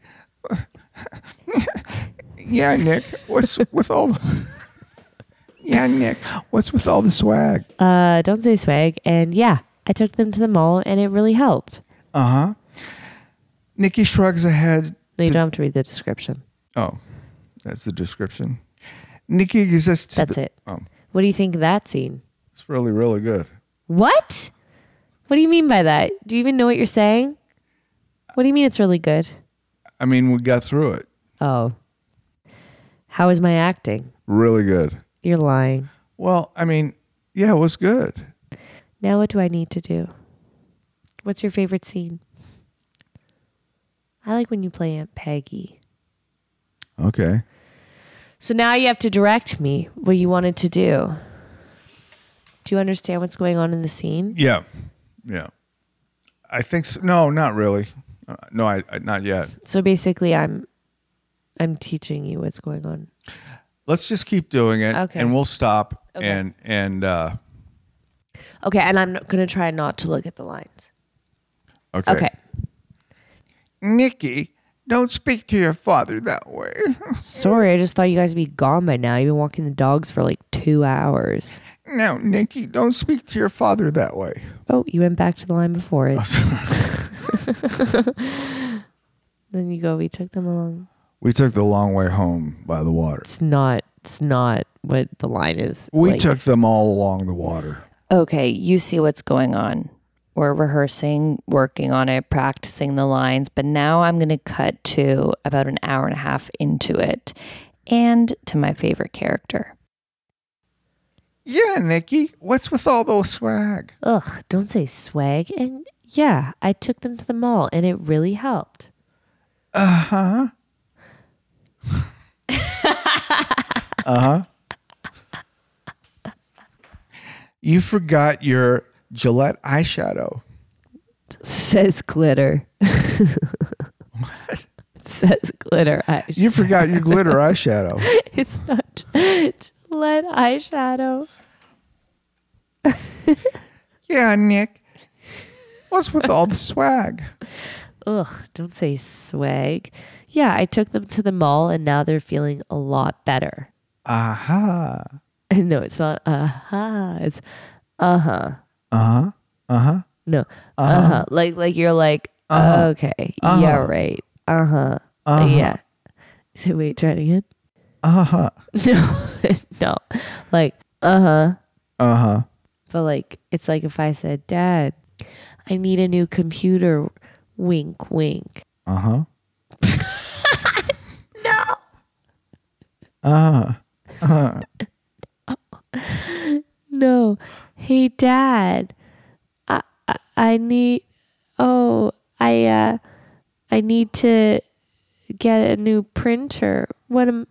yeah, Nick. What's with all Yeah, Nick. What's with all the swag?
uh, don't say swag. And yeah, I took them to the mall and it really helped.
Nikki shrugs her head.
No, you don't have to read the description.
Oh, that's the description. Nikki exists. to
That's
the-
it.
Oh,
What do you think of that scene?
it's really, really good.
What? What do you mean by that? Do you even know what you're saying? What do you mean it's really good?
I mean, we got through it.
Oh. How is my acting?
Really good.
You're lying.
Well, I mean, yeah, it was good.
Now what do I need to do? What's your favorite scene? I like when you play Aunt Peggy.
Okay.
So now you have to direct me what you wanted to do. Do you understand what's going on in the scene?
Yeah. Yeah. I think so. No, not really. Uh, no, I, I not yet.
So basically, I'm I'm teaching you what's going on.
Let's just keep doing it,
Okay.
and we'll stop.
Okay.
And and uh,
Okay, and I'm not- gonna try not to look at the lines.
okay.
Okay.
Nikki, don't speak to your father that way.
Sorry, I just thought you guys would be gone by now. You've been walking the dogs for like two hours.
no, Nikki, don't speak to your father that way.
Oh, you went back to the line before it. then you go. We took them along.
We took the long way home by the water.
It's not That's not what the line is.
We
like.
took them all along the water.
okay, you see what's going on. We're rehearsing, working on it, practicing the lines, but now I'm going to cut to about an hour and a half into it and to my favorite character.
Yeah, Nikki, what's with all those swag?
Ugh, don't say swag. And yeah, I took them to the mall and it really helped.
Uh huh. uh huh. You forgot your Gillette eyeshadow.
Says glitter. Says glitter. Eyeshadow.
You forgot your glitter eyeshadow.
It's not Gillette eyeshadow.
Yeah, Nick. What's with all the swag?
Ugh, don't say swag. Yeah, I took them to the mall and now they're feeling a lot better.
Aha.
No, it's not uh huh. It's uh huh.
Uh huh. Uh huh.
No. Uh huh. Like like you're like okay. Yeah, right. Uh huh. Yeah. So wait, try it again.
Uh huh.
No, no. Like uh huh.
Uh huh.
But like it's like if I said, Dad, I need a new computer. Wink, wink.
Uh huh. no. Uh huh.
No. Hey, Dad. I I, I need. Oh, I uh, I need to get a new printer. What am?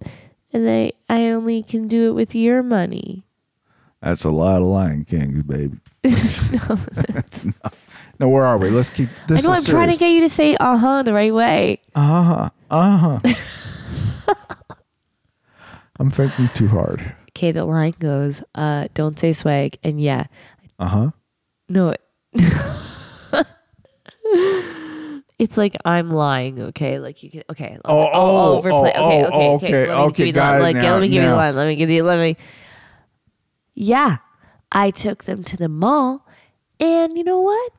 And I I only can do it with your money.
That's a lot of Lion Kings, baby. no, no, where are we? Let's keep this.
I know I'm
is
trying to
serious.
get you to say uh huh the right way.
Uh-huh. Uh-huh. I'm thinking too hard.
Okay, the line goes. Uh, don't say swag. And yeah,
Uh-huh.
No. it's like I'm lying, okay? Like you can okay. I'll,
Oh,
I'll
oh,
overplay.
oh,
okay,
oh,
okay, okay.
okay,
so let me
okay,
give you the
got
line.
it
Like, yeah,
now,
let me give you
now.
the line. Let me give you let me Yeah. I took them to the mall and you know what?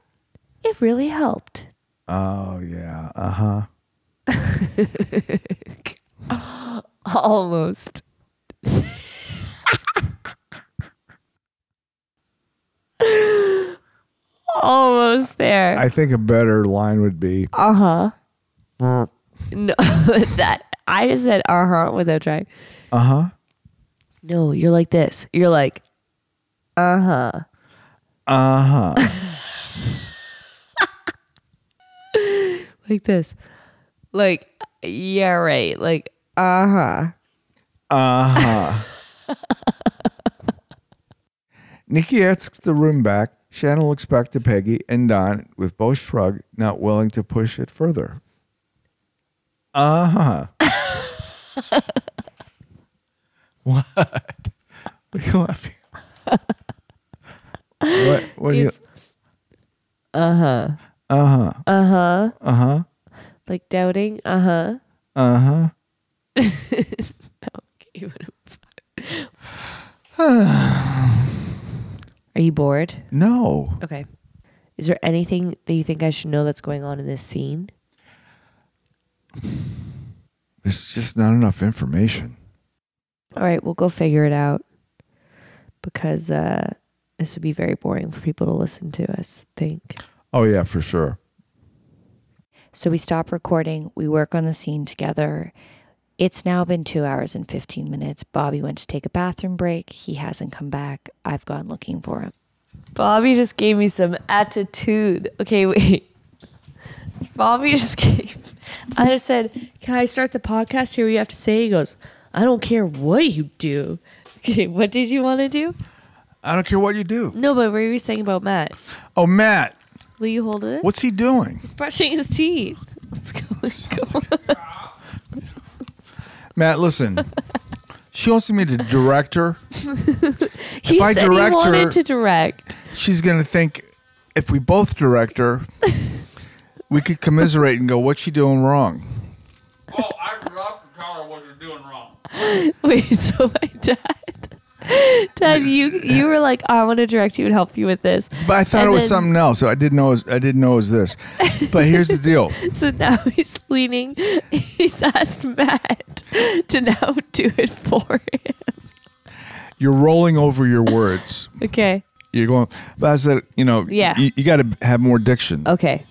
It really helped.
Oh yeah. Uh-huh.
Almost. Almost there.
I think a better line would be
uh huh. No, that I just said uh huh without trying.
uh-huh.
No, you're like this. You're like, uh huh.
Uh-huh.
Like this. Like, yeah, right. Like, uh huh.
Uh-huh. Nikki asks the room back. Shannon looks back to Peggy and Don with both shrug, not willing to push it further. Uh-huh. what? What are you laughing at? What what are you
It's- Uh huh.
uh-huh.
Uh huh.
Uh-huh.
Like doubting. Uh huh.
Uh-huh.
Are you bored?
uh-huh. No.
Okay. Is there anything that you think I should know that's going on in this scene?
There's just not enough information.
All right, we'll go figure it out because uh, this would be very boring for people to listen to us think.
Oh yeah, for sure.
So we stop recording, we work on the scene together. It's now been two hours and 15 minutes. Bobby went to take a bathroom break. He hasn't come back. I've gone looking for him.
Bobby just gave me some attitude. Okay, wait. Bobby just gave. I just said, "Can I start the podcast?" Here, what you have to say. He goes, "I don't care what you do." Okay, what did you want to do?
I don't care what you do.
No, but what were you saying about Matt?
Oh, Matt,
Will you hold it?
what's he doing?
He's brushing his teeth. Let's go. Let's go.
Matt, listen. she wants me to direct her.
He
I
said
direct
he wanted
her-
to direct.
She's gonna think if we both direct her, we could commiserate and go, "What's she doing wrong?"
Oh, I forgot to tell her what you're doing wrong.
Wait, so my dad, Dad, you you were like, I want to direct you and help you with this.
But I thought
And
it was
then-
something else. So I didn't know. It was, I didn't know it was this. But here's the deal.
So now he's leaning. He's asked Matt to now do it for him.
You're rolling over your words.
Okay.
You're going. But I said, you know,
Yeah.
You, got to have more diction.
Okay.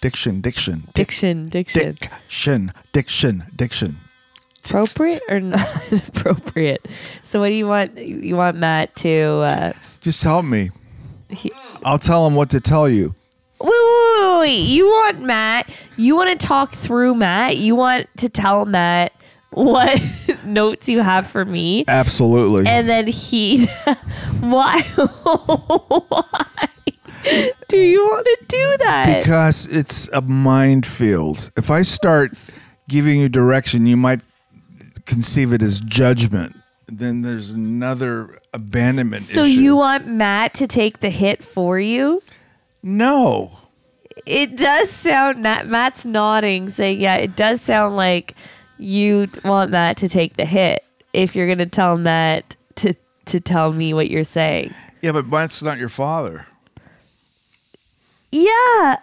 Diction, diction,
Diction, diction.
diction, diction, diction.
appropriate or not appropriate? So what do you want you want Matt to uh
Just help me. I'll tell him what to tell you.
Wait, wait, wait, wait. You want Matt? You want to talk through Matt? You want to tell Matt what notes you have for me?
Absolutely.
And then he, why, why do you want to do that?
because it's a minefield. If I start giving you direction, you might conceive it as judgment. Then there's another abandonment
so
issue.
you want Matt to take the hit for you?
no.
It does sound. Na- Matt's nodding, saying, "Yeah, it does sound like you want Matt to take the hit if you're going to tell Matt to to tell me what you're saying."
Yeah, but Matt's not your father.
Yeah.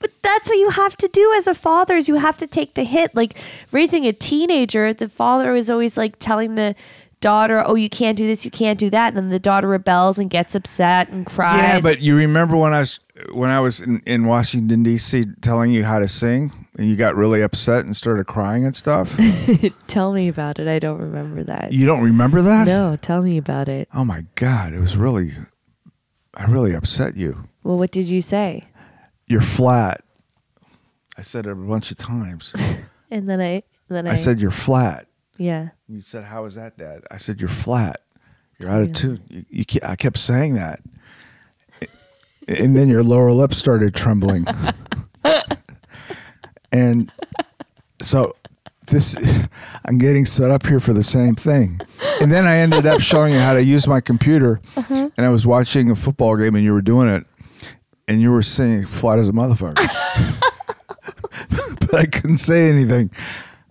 But that's what you have to do as a father is you have to take the hit. Like raising a teenager, the father is always like telling the daughter, "Oh, you can't do this, you can't do that." And then the daughter rebels and gets upset and cries.
Yeah, but you remember when I was when I was in, in Washington D.C. telling you how to sing, and you got really upset and started crying and stuff.
tell me about it. I don't remember that.
you don't remember that?
No, tell me about it.
Oh my God, it was really, I really upset you.
Well, what did you say?
You're flat. I said it a bunch of times.
And then I then I,
I said you're flat.
yeah.
You said how is that, Dad? I said you're flat. You're out of tune. You, you ke- I kept saying that, and then your lower lip started trembling, and so this I'm getting set up here for the same thing. And then I ended up showing you how to use my computer, and I was watching a football game, and you were doing it, and you were singing "Flat as a Motherfucker." but I couldn't say anything.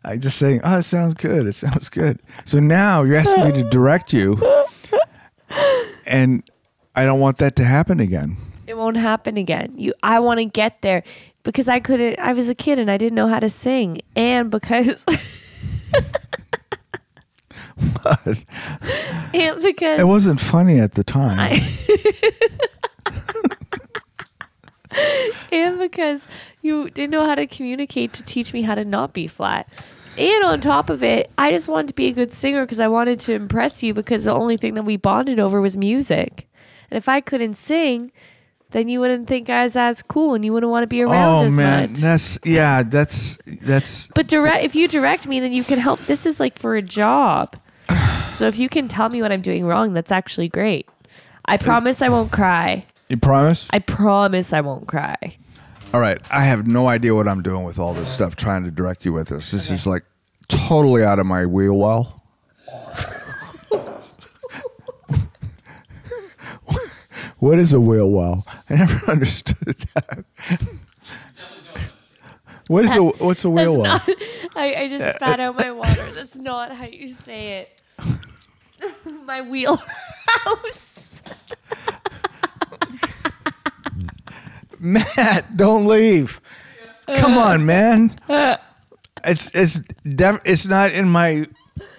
I just saying, oh, it sounds good. It sounds good. So now you're asking me to direct you, and I don't want that to happen again.
It won't happen again. You I want to get there because I couldn't I was a kid and I didn't know how to sing and because
But
and because
it wasn't funny at the time.
and because you didn't know how to communicate to teach me how to not be flat. And on top of it, I just wanted to be a good singer because I wanted to impress you because the only thing that we bonded over was music. And if I couldn't sing, then you wouldn't think I was as cool and you wouldn't want to be around
oh
as
man,
much.
that's yeah, that's that's
But direct if you direct me, then you can help. This is like for a job. So if you can tell me what I'm doing wrong, that's actually great. I promise I won't cry.
you promise.
I promise I won't cry.
All right, I have no idea what I'm doing with all this stuff. Trying to direct you with this. This is like totally out of my wheel well. what is a wheel well? I never understood that. What is a what's a wheel well?
I, I just spat out my water. That's not how you say it. my wheelhouse.
Matt, don't leave. Come on, man. It's it's def- it's not in my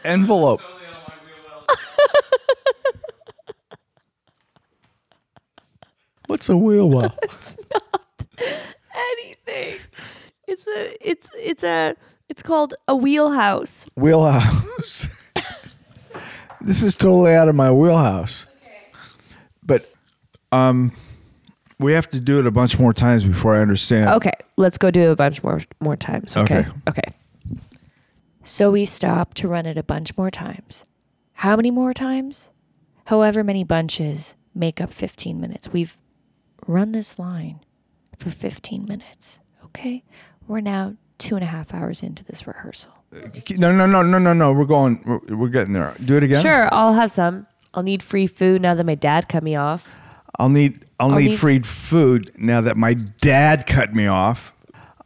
envelope.
Totally out of my wheel well.
What's a wheel well?
Anything. It's a it's it's a it's called a wheelhouse.
wheelhouse. this is totally out of my wheelhouse. But um, we have to do it a bunch more times before I understand.
Okay, let's go do it a bunch more more times. Okay.
Okay.
Okay. So we stopped to run it a bunch more times.
How many more times? However many bunches make up 15 minutes. We've run this line for 15 minutes. Okay. We're now two and a half hours into this rehearsal.
No, no, no, no, no, no. We're going. We're, we're getting there. Do it again.
Sure, I'll have some. I'll need free food now that my dad cut me off.
I'll need. I'll, need,
need-
free food now that my dad cut me off.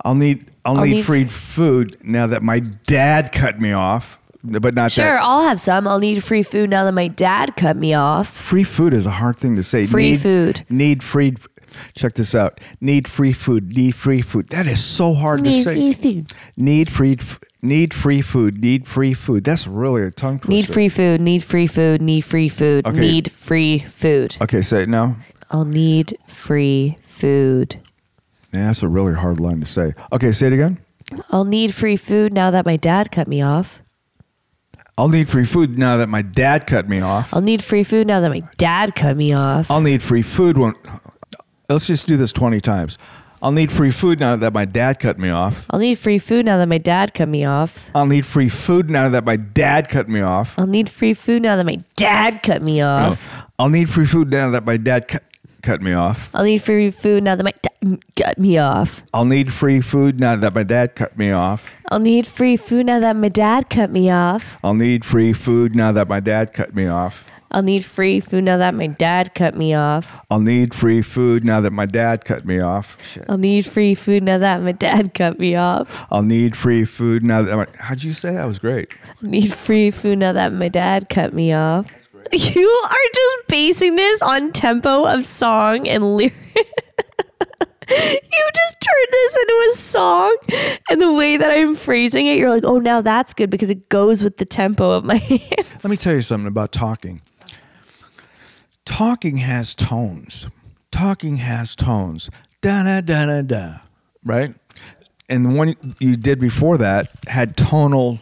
I'll need. I'll, need,
need-
free food now that my dad cut me off. But not
Sure,
that.
I'll have some. I'll need free food now that my dad cut me off.
Free food is a hard thing to say.
Free
Need-
food.
Need free. Check this out. Need free food. Need free food. That is so hard to say.
food.
Need free. f- Need free food. Need free food. That's really a tongue twister.
Need free food, need free food, need free food,
Okay.
need free food.
Okay, say it now.
I'll need free food.
Yeah, that's a really hard line to say. Okay, say it again.
I'll need free food now that my dad cut me off.
I'll need free food now that my dad cut me off.
I'll need free food now that my dad cut me off.
I'll need free food when. Let's just do this 20 times. I'll need free food now that my dad cut me off.
I'll need free food now that my dad cut me off.
I'll need free food now that my dad cut me off.
I'll need free food now that my dad cut me off.
I'll need free food now that my dad cut, cut me off.
I'll need free food now that my dad cut me off.
I'll need free food now that my dad cut me off.
I'll need free food now that my dad cut me off.
I'll need free food now that my dad cut me off.
I'll need free food now that my dad cut me off.
I'll need free food now that my dad cut me off.
I'll need free food now that my dad cut me off.
I'll need free food now that my, how'd you say that was great?
I'll need free food now that my dad cut me off. You are just basing this on tempo of song and lyric. you just turned this into a song, and the way that I'm phrasing it, you're like, "Oh, now that's good because it goes with the tempo of my hands."
Let me tell you something about talking. Talking has tones. Talking has tones. Da da da da da. Right? And the one you did before that had tonal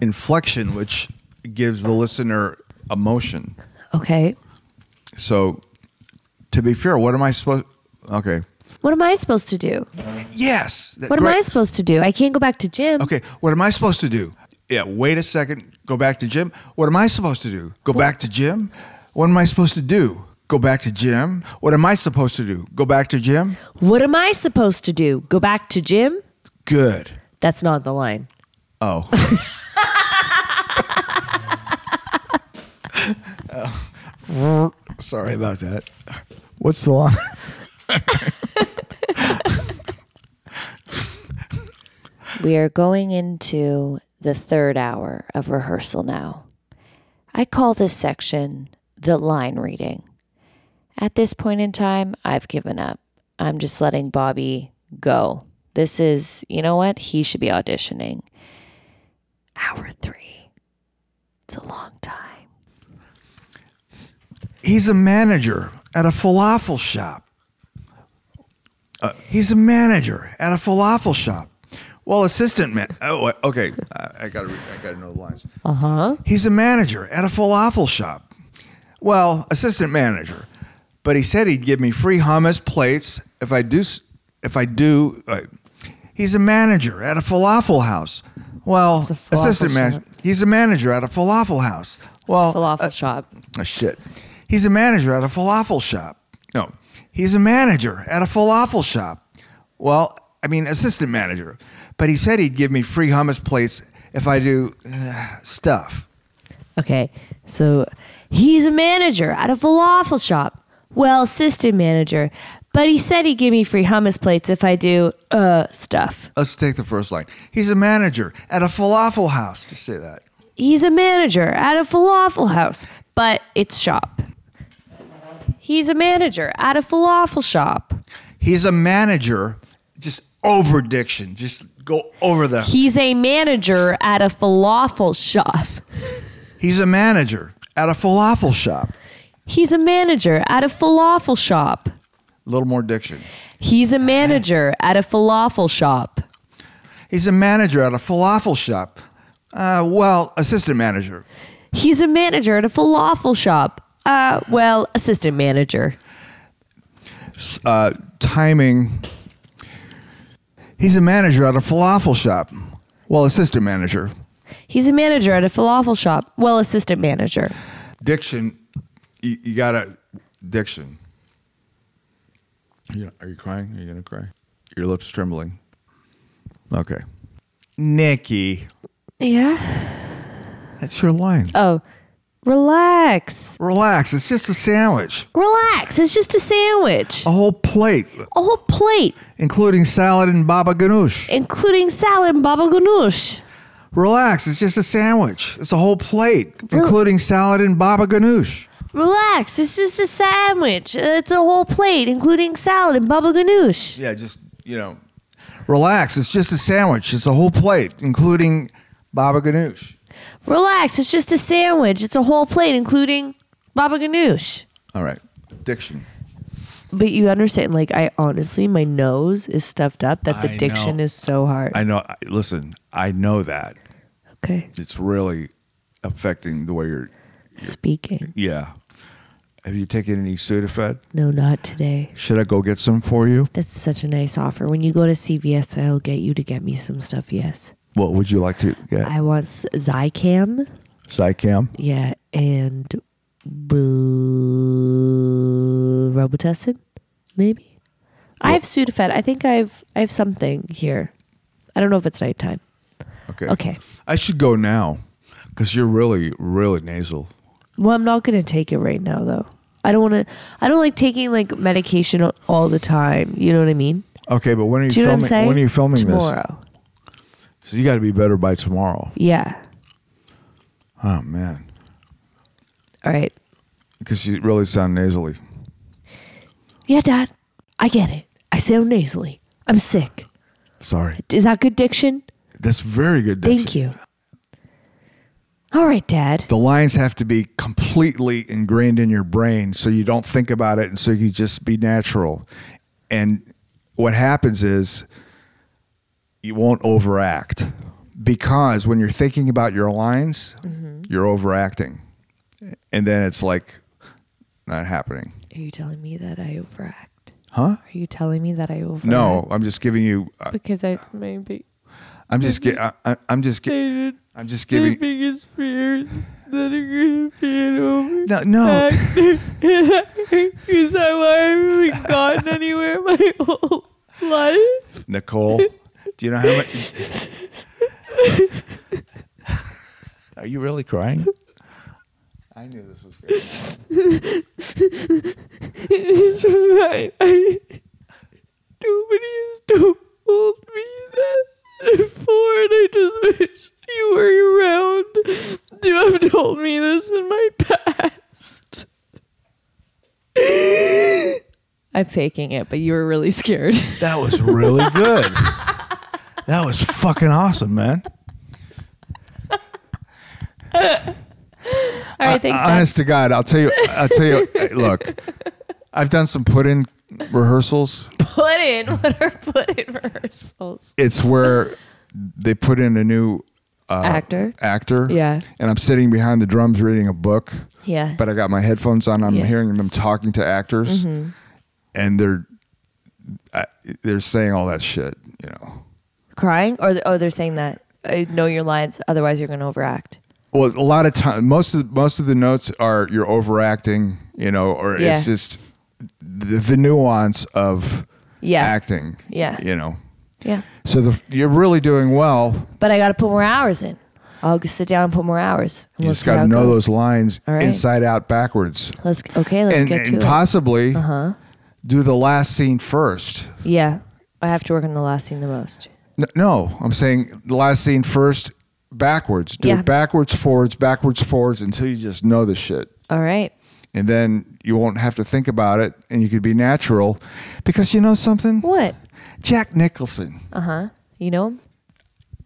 inflection, which gives the listener emotion.
Okay,
So, to be fair, what am I supposed? Okay.
what am I supposed to do?
Yes. that-
What am I
great. Oh.
supposed to do? I can't go back to gym.
Okay. What am I supposed to do? Yeah. Wait a second. Go back to gym. What am I supposed to do? Go back to gym. What am I supposed to do? Go back to gym. What am I supposed to do? Go back to gym.
What am I supposed to do? Go back to gym?
Good.
That's not the line.
Oh. Oh, Sorry about that. What's the line?
We are going into the third hour of rehearsal now. I call this section the line reading. At this point in time, I've given up. I'm just letting Bobby go. This is, you know what? He should be auditioning. Hour three. It's a long time.
He's a manager at a falafel shop. Uh, he's a manager at a falafel shop. Well, assistant man. Oh, okay. I, I gotta. Re- I gotta know the lines. Uh
Uh-huh.
huh. He's a manager at a falafel shop. Well, assistant manager. But he said he'd give me free hummus plates if I do. s- If I do. Uh, he's a manager at a falafel house. Well,
falafel
assistant man.
shop.
He's a manager at a falafel house. Well,
Falafel
uh,
shop.
Oh, shit. He's a manager at a falafel shop. No, he's a manager at a falafel shop. Well, I mean, assistant manager. But he said he'd give me free hummus plates if I do uh, stuff.
Okay. So he's a manager at a falafel shop. Well, assistant manager. But he said he'd give me free hummus plates if I do uh stuff.
Let's take the first line. He's a manager at a falafel house. Just say that.
He's a manager at a falafel house, but it's shop. He's a manager at a falafel shop.
He's a manager. Just over diction. Just go over the.
He's a manager at a falafel shop.
He's a manager at a falafel shop.
He's a manager at a falafel shop.
A little more diction.
He's a manager at a falafel shop.
He's a manager at a falafel shop. Uh, well, assistant manager.
He's a manager at a falafel shop. Uh, well, assistant manager.
uh, timing. He's a manager at a falafel shop. Well, assistant manager.
He's a manager at a falafel shop. Well, assistant manager.
Diction. You, you gotta diction. You- Are you crying? Are you gonna cry? Your lips trembling. Okay. Nikki,
Yeah.
that's your line.
Oh, relax.
Relax. It's just a sandwich,
Relax. It's just a sandwich.
a whole plate,
A whole plate,
including salad and baba ganoush.
including salad and baba ganoush.
Relax. It's just a sandwich. It's a whole plate, including salad and baba ganoush.
Relax. It's just a sandwich. It's a whole plate, including salad and baba ganoush.
Yeah, just you know, relax. It's just a sandwich. It's a whole plate, including
Baba Ganoush.
Relax. It's just a sandwich. It's a whole plate, including baba ganoush.
All right. Diction.
But you understand? Like, I honestly, my nose is stuffed up that the
I
diction
know.
is so hard.
I know. I- Listen, I know that
okay,
it's really affecting the way you're.
speaking.
Yeah. Have you taken any Sudafed?
No, not today.
Should I go get some for you?
That's such a nice offer. When you go to CVS, I'll get you to get me some stuff. Yes,
What would you like to get?
I want s- Zycam.
Zycam.
Yeah, and boo, Robitussin, maybe. I have Sudafed. I think I've I have something here. I don't know if it's nighttime.
Okay.
Okay.
I should go now because you're really, really nasal.
Well, I'm not gonna take it right now though. I don't want to. I don't like taking like medication a- all the time. You know what I mean?
Okay, but when are you
Do you know
filming?
what I'm saying?
when are you filming this?
Tomorrow.
So you got to be better by tomorrow.
Yeah.
Oh man,
All right.
because you really sound nasally.
Yeah, Dad. I get it. I sound nasally. I'm sick.
Sorry,
Is that good diction?
that's very good. Diction.
Thank you. All right, Dad.
The lines have to be completely ingrained in your brain, so you don't think about it, and so you just be natural. And what happens is you won't overact because when you're thinking about your lines, you're overacting, and then it's like not happening.
Are you telling me that I overact?
Huh?
Are you telling me that I overact?
No, I'm just giving you.
Because that's my big,
I'm just gi- I, I- I'm just gi- I'm just giving.
biggest fear that I'm going to be an over.
No, no.
Because I haven't gotten anywhere my whole life.
Nicole, do you know how much? Are you really crying? I knew this was good.
It's right. I, nobody has told me that before, and I just wish you were around to have told me this in my past. I'm faking it, but you were really scared.
That was really good. That was fucking awesome, man.
All right, thanks, Dad.
Uh, Honest to God, I'll tell you. I'll tell you. uh, Look, I've done some put-in rehearsals.
Put in what are put in rehearsals?
It's where they put in a new uh,
Actor.
Actor.
Yeah.
And I'm sitting behind the drums reading a book.
Yeah.
but I got my headphones on. I'm
Yeah. Mm-hmm.
hearing them talking to actors, and they're I, they're saying all that shit. You know,
Crying? Or oh, they're saying that. I know your lines, otherwise you're going to overact.
well, a lot of time, most of most of the notes are you're overacting. You know, or
Yeah.
it's just the, the nuance of
Yeah.
acting.
Yeah.
you know.
Yeah.
So the, you're really doing well.
but I got to put more hours in. I'll g- sit down and put more hours. And
You
we'll
just
see
got
how
to
it
know
goes.
those lines
All right.
inside out, backwards,
Let's okay. Let's
and,
get to
and
it. Uh-huh.
possibly do the last scene first.
yeah, I have to work on the last scene the most.
N- No, I'm saying the last scene first, backwards. Do
Yeah.
it backwards, forwards, backwards, forwards until you just know the shit.
All right.
And then you won't have to think about it and you could be natural. Because you know something?
What?
Jack Nicholson.
You know? him?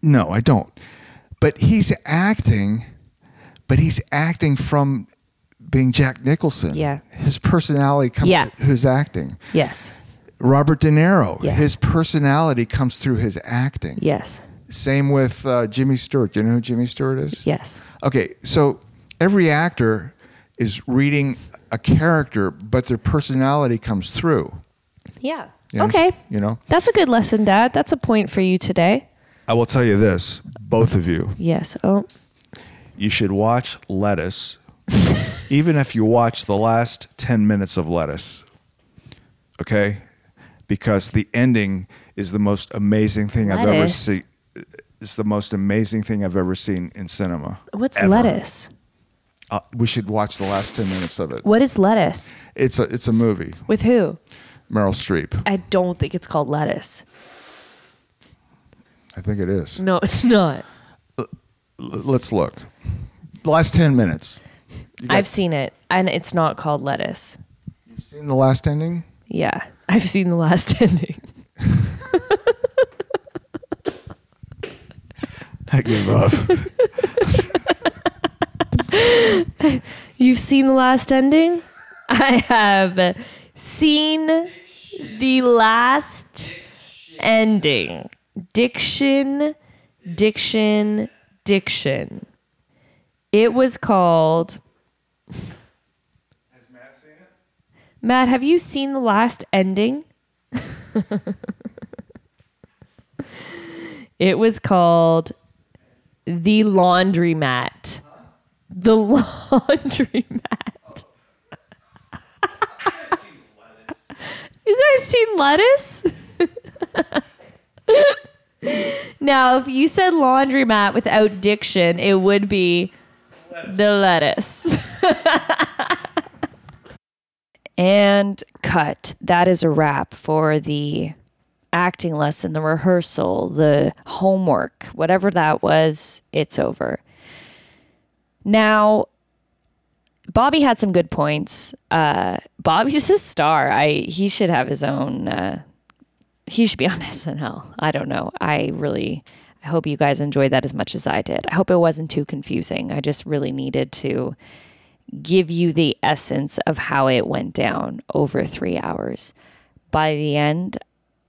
No, I don't. But he's acting, but he's acting from being Jack Nicholson.
Yeah.
His personality comes
Yeah.
through his acting.
Yes.
Robert De Niro,
Yes.
his personality comes through his acting.
Yes.
Same with uh, Jimmy Stewart. Do you know who Jimmy Stewart is?
Yes.
Okay, so every actor is reading a character, but their personality comes through.
Yeah.
You know-
Okay.
You know,
That's a good lesson, Dad. That's a point for you today.
I will tell you this, both of you,
Yes. Oh,
you should watch Lettuce, even if you watch the last 10 minutes of Lettuce. Okay? Because the ending is the most amazing thing I've ever
Lettuce?
seen. It's the most amazing thing I've ever seen in cinema.
what's
ever.
lettuce?
Uh, we should watch the last 10 minutes of it.
What is lettuce?
It's a it's a movie.
With who?
Meryl Streep.
I don't think it's called lettuce.
I think it is. L-
No, it's not.
let's look. The last 10 minutes.
I've seen it, and it's not called lettuce.
You've seen the last ending?
Yeah, I've seen the last ending.
I give up.
You've seen the last ending? I have seen the last ending. Diction, diction, diction. It was called. Has Matt seen it? Matt, have you seen the last ending? it was called The Laundromat. The laundromat. you guys seen lettuce? now, if you said laundromat without diction, it would be the lettuce.
and cut. That is a wrap for the acting lesson, the rehearsal, the homework, whatever that was, it's over. Now, Bobby had some good points. Uh, Bobby's a star. I he should have his own. Uh, he should be on SNL. I don't know. I really. I hope you guys enjoyed that as much as I did. I hope it wasn't too confusing. I just really needed to give you the essence of how it went down over three hours. By the end,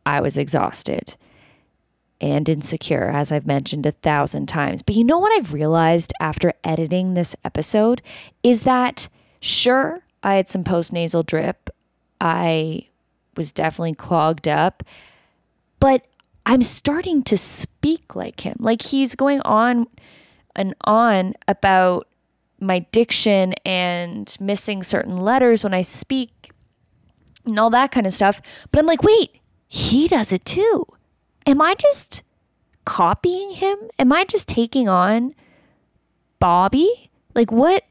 I was exhausted and insecure, as I've mentioned a thousand times. But you know what I've realized after editing this episode is that sure, I had some post nasal drip, I was definitely clogged up, but I'm starting to speak like him. Like he's going on and on about my diction and missing certain letters when I speak and all that kind of stuff. But I'm like, wait, he does it too. Am I just copying him? Am I just taking on Bobby? Like, what?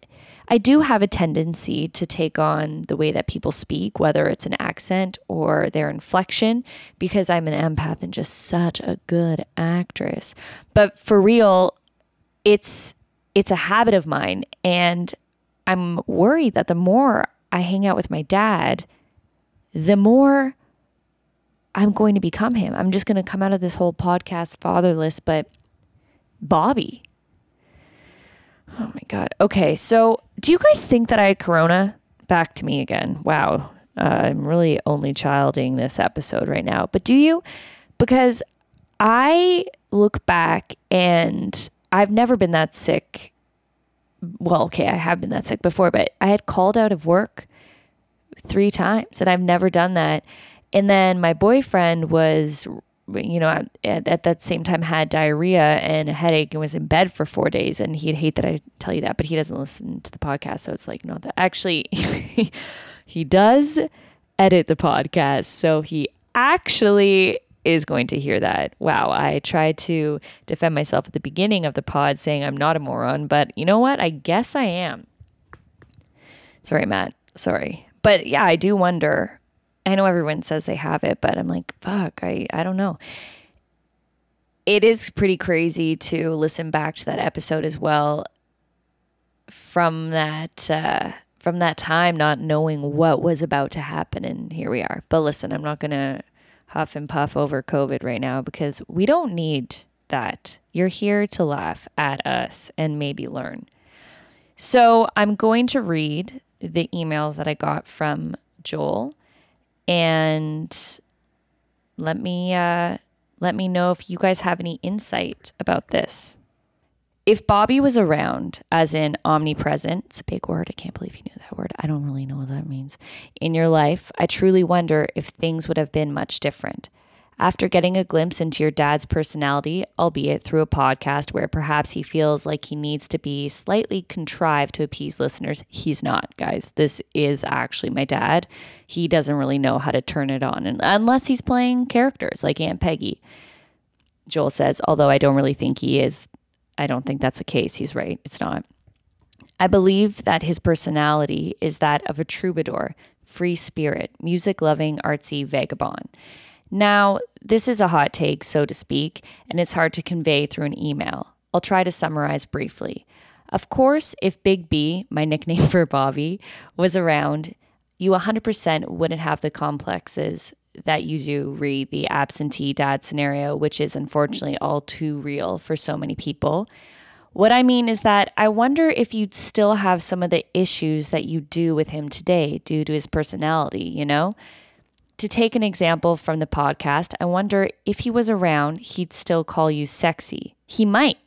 I do have a tendency to take on the way that people speak, whether it's an accent or their inflection, because I'm an empath and just such a good actress. But for real, it's it's a habit of mine and i'm worried that the more i hang out with my dad the more i'm going to become him i'm just going to come out of this whole podcast fatherless but bobby oh my god okay so do you guys think that i had corona back to me again wow uh, i'm really only childing this episode right now but do you because I look back and I've never been that sick. Well, okay, I have been that sick before, but I had called out of work three times and I've never done that. And then my boyfriend was, you know, at, at at that same time had diarrhea and a headache and was in bed for four days. And he'd hate that I tell you that, but he doesn't listen to the podcast. So it's like, not that. Actually, he does edit the podcast. So he actually is going to hear that. Wow, I tried to defend myself at the beginning of the pod saying I'm not a moron, but you know what? I guess I am. Sorry, Matt. Sorry. But yeah, I do wonder. I know everyone says they have it, but I'm like, fuck, I, I don't know. It is pretty crazy to listen back to that episode as well from that uh, from that time, not knowing what was about to happen, and here we are. But listen, I'm not gonna huff and puff over COVID right now because we don't need that. You're here to laugh at us and maybe learn. So I'm going to read the email that I got from Joel, and let me uh, let me know if you guys have any insight about this. If Bobby was around, as in omnipresent, it's a big word. I can't believe you knew that word. I don't really know what that means. In your life, I truly wonder if things would have been much different. After getting a glimpse into your dad's personality, albeit through a podcast where perhaps he feels like he needs to be slightly contrived to appease listeners, he's not, guys. This is actually my dad. He doesn't really know how to turn it on, and unless he's playing characters like Aunt Peggy. Joel says, although I don't really think he is. I don't think that's the case. He's right. It's not. I believe that his personality is that of a troubadour, free spirit, music loving, artsy vagabond. Now, this is a hot take, so to speak, and it's hard to convey through an email. I'll try to summarize briefly. Of course, if Big B, my nickname for Bobby, was around, you 100% wouldn't have the complexes that you do read the absentee dad scenario, which is unfortunately all too real for so many people. What I mean is that I wonder if you'd still have some of the issues that you do with him today due to his personality, you know? To take an example from the podcast, I wonder if he was around, he'd still call you sexy. He might.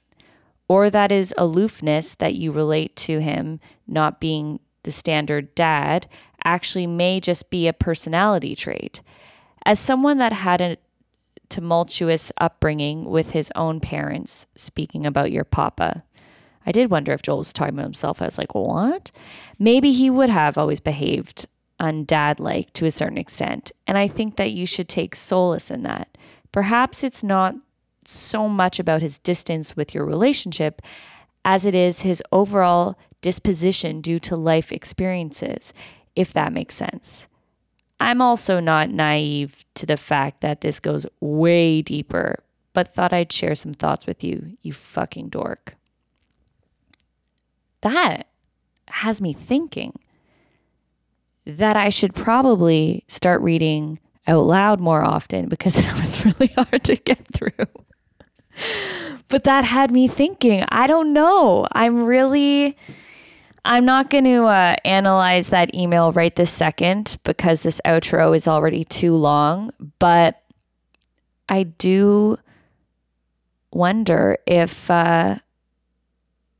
Or that is aloofness that you relate to him not being the standard dad actually may just be a personality trait. As someone that had a tumultuous upbringing with his own parents, speaking about your papa, I did wonder if Joel was talking about himself. I was like, what? Maybe he would have always behaved undad like to a certain extent. And I think that you should take solace in that. Perhaps it's not so much about his distance with your relationship as it is his overall disposition due to life experiences, if that makes sense. I'm also not naive to the fact that this goes way deeper, but thought I'd share some thoughts with you, you fucking dork. That has me thinking that I should probably start reading out loud more often because that was really hard to get through. But that had me thinking, I don't know. I'm really. I'm not going to uh, analyze that email right this second because this outro is already too long, but I do wonder if uh,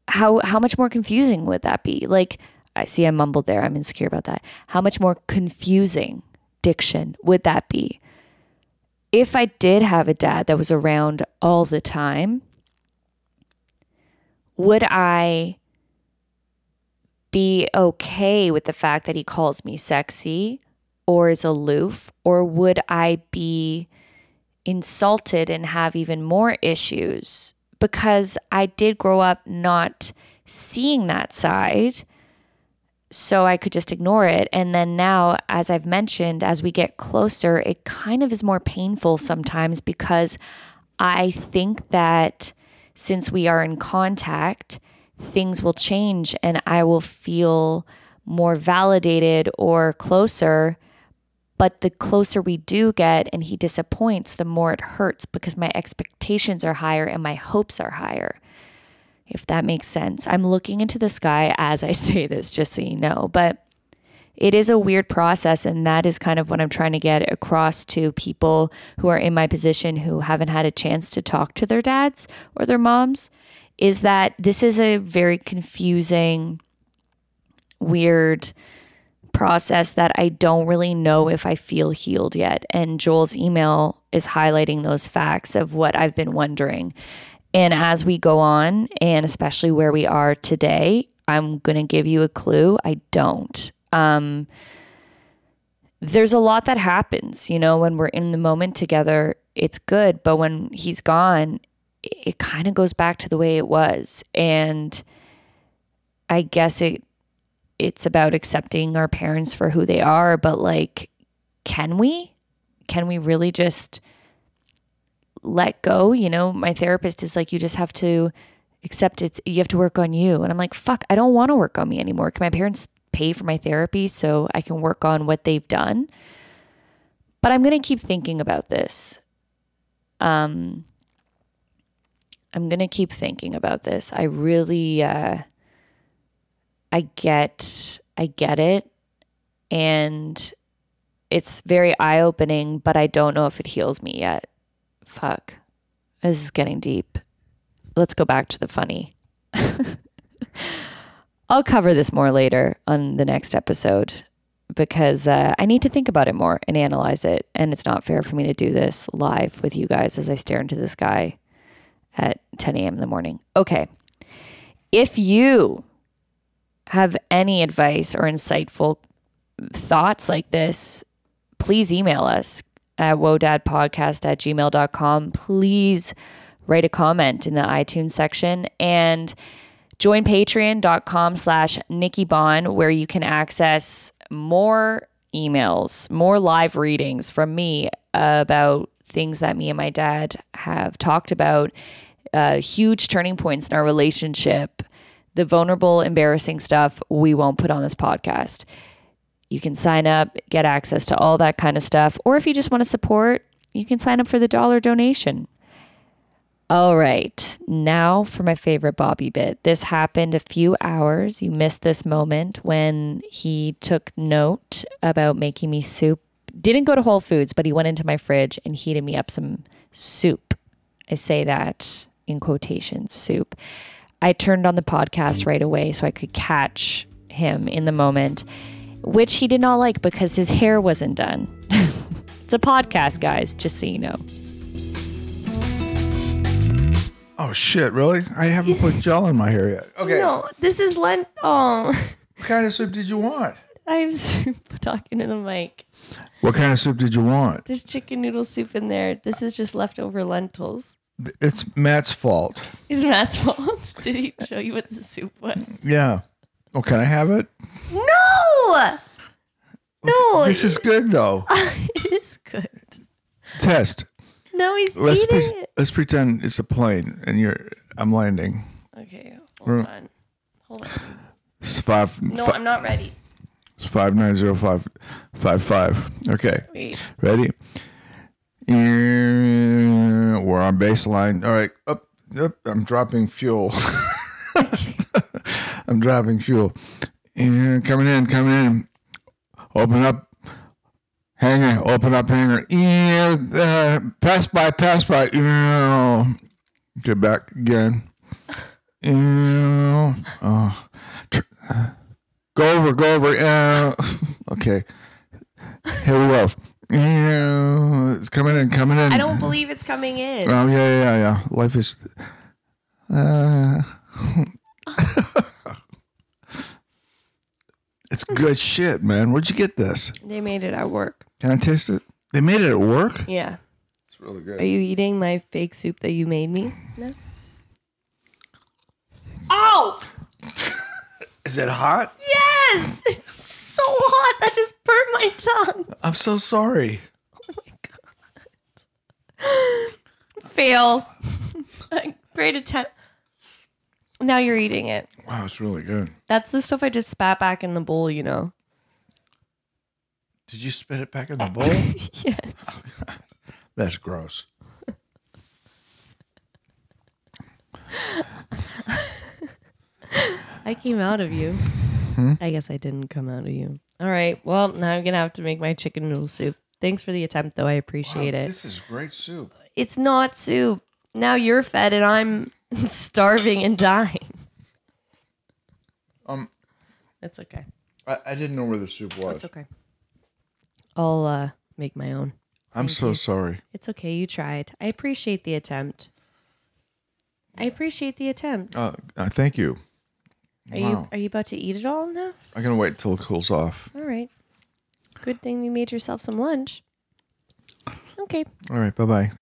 how how much more confusing would that be? Like I see I mumbled there. I'm insecure about that. How much more confusing diction would that be? If I did have a dad that was around all the time, would I be okay with the fact that he calls me sexy or is aloof? Or would I be insulted and have even more issues? Because I did grow up not seeing that side. So I could just ignore it. And then now, as I've mentioned, as we get closer, it kind of is more painful sometimes because I think that since we are in contact, things will change and I will feel more validated or closer. But the closer we do get and he disappoints, the more it hurts because my expectations are higher and my hopes are higher. If that makes sense. I'm looking into the sky as I say this, just so you know. But it is a weird process and that is kind of what i'm trying to get across to people who are in my position who haven't had a chance to talk to their dads or their moms is that this is a very confusing weird process that i don't really know if i feel healed yet and joel's email is highlighting those facts of what i've been wondering and as we go on and especially where we are today i'm going to give you a clue i don't um, there's a lot that happens, you know, when we're in the moment together, it's good. But when he's gone, it, it kind of goes back to the way it was. And I guess it it's about accepting our parents for who they are, but like, can we? Can we really just let go? You know, my therapist is like, you just have to accept it's you have to work on you. And I'm like, fuck, I don't want to work on me anymore. Can my parents pay for my therapy so I can work on what they've done. But I'm going to keep thinking about this. Um, I'm going to keep thinking about this. I really, uh, I get, I get it. And it's very eye opening, but I don't know if it heals me yet. Fuck. This is getting deep. Let's go back to the funny. I'll cover this more later on the next episode because uh, I need to think about it more and analyze it. And it's not fair for me to do this live with you guys as I stare into the sky at 10 a.m. in the morning. Okay. If you have any advice or insightful thoughts like this, please email us at wodadpodcast at gmail.com. Please write a comment in the iTunes section and join patreon.com slash Nikki Bond where you can access more emails, more live readings from me about things that me and my dad have talked about, uh, huge turning points in our relationship, the vulnerable, embarrassing stuff we won't put on this podcast You can sign up, get access to all that kind of stuff. Or if you just want to support, you can sign up for the dollar donation. All right, now for my favorite Bobby bit. This happened a few hours. You missed this moment when he took note about making me soup. Didn't go to Whole Foods, but he went into my fridge and heated me up some soup. I say that in quotation soup. I turned on the podcast right away so I could catch him in the moment, which he did not like because his hair wasn't done. it's a podcast, guys, just so you know.
Oh shit! Really? I haven't put gel in my hair yet. Okay.
No, this is Lent. Oh,
What kind of soup did you want?
I'm soup talking to the mic.
What kind of soup did you want?
There's chicken noodle soup in there. This is just leftover lentils.
It's Matt's fault.
Is Matt's fault? Did he show you what the soup was?
Yeah. Oh, can I have it?
No! No,
This is good though.
it is good.
Test.
No, he's
Let's
eating
pre-
it.
let's pretend it's a plane and you're I'm landing.
Okay, hold on. Hold on.
It's five.
No,
fi-
I'm not ready.
it's five nine zero five five five. Okay.
Wait.
Ready? Yeah, We're on baseline. All right. Up, up. I'm dropping fuel. I'm dropping fuel. And coming in, coming in. Open up. Hanger, open up hanger. Yeah, uh, pass by, pass by. Yeah. Get back again. Yeah. Oh. Tr- uh, Go over, go over. Yeah. Okay. Here we go. Yeah, it's coming in, coming in.
I don't believe it's coming in.
Oh yeah, yeah, yeah, yeah. Life is. Uh,
It's good shit, man. Where'd you get this?
They made it at work.
can I taste it?
They made it at work?
Yeah.
It's really good.
Are you eating my fake soup that you made me? No. Oh!
Is it hot?
Yes! It's so hot. That just burnt my tongue.
I'm so sorry.
Oh my god. Fail. Great attempt. Now you're eating it.
Wow, it's really good.
That's the stuff I just spat back in the bowl, you know.
Did you spit it back in the bowl?
Yes.
That's gross.
I came out of you. I guess I didn't come out of you. All right. Well, now I'm gonna have to make my chicken noodle soup. Thanks for the attempt, though. I appreciate it.
This is great soup.
It's not soup. Now you're fed, and I'm starving and dying.
Um,
That's okay.
I, I didn't know where the soup was.
It's okay. I'll uh, make my own.
I'm so sorry.
It's okay. You tried. I appreciate the attempt. I appreciate the attempt.
Uh, uh, thank you.
Are you are you about to eat it all now?
I'm gonna wait till it cools off.
All right. Good thing you made yourself some lunch. Okay.
All right. Bye bye.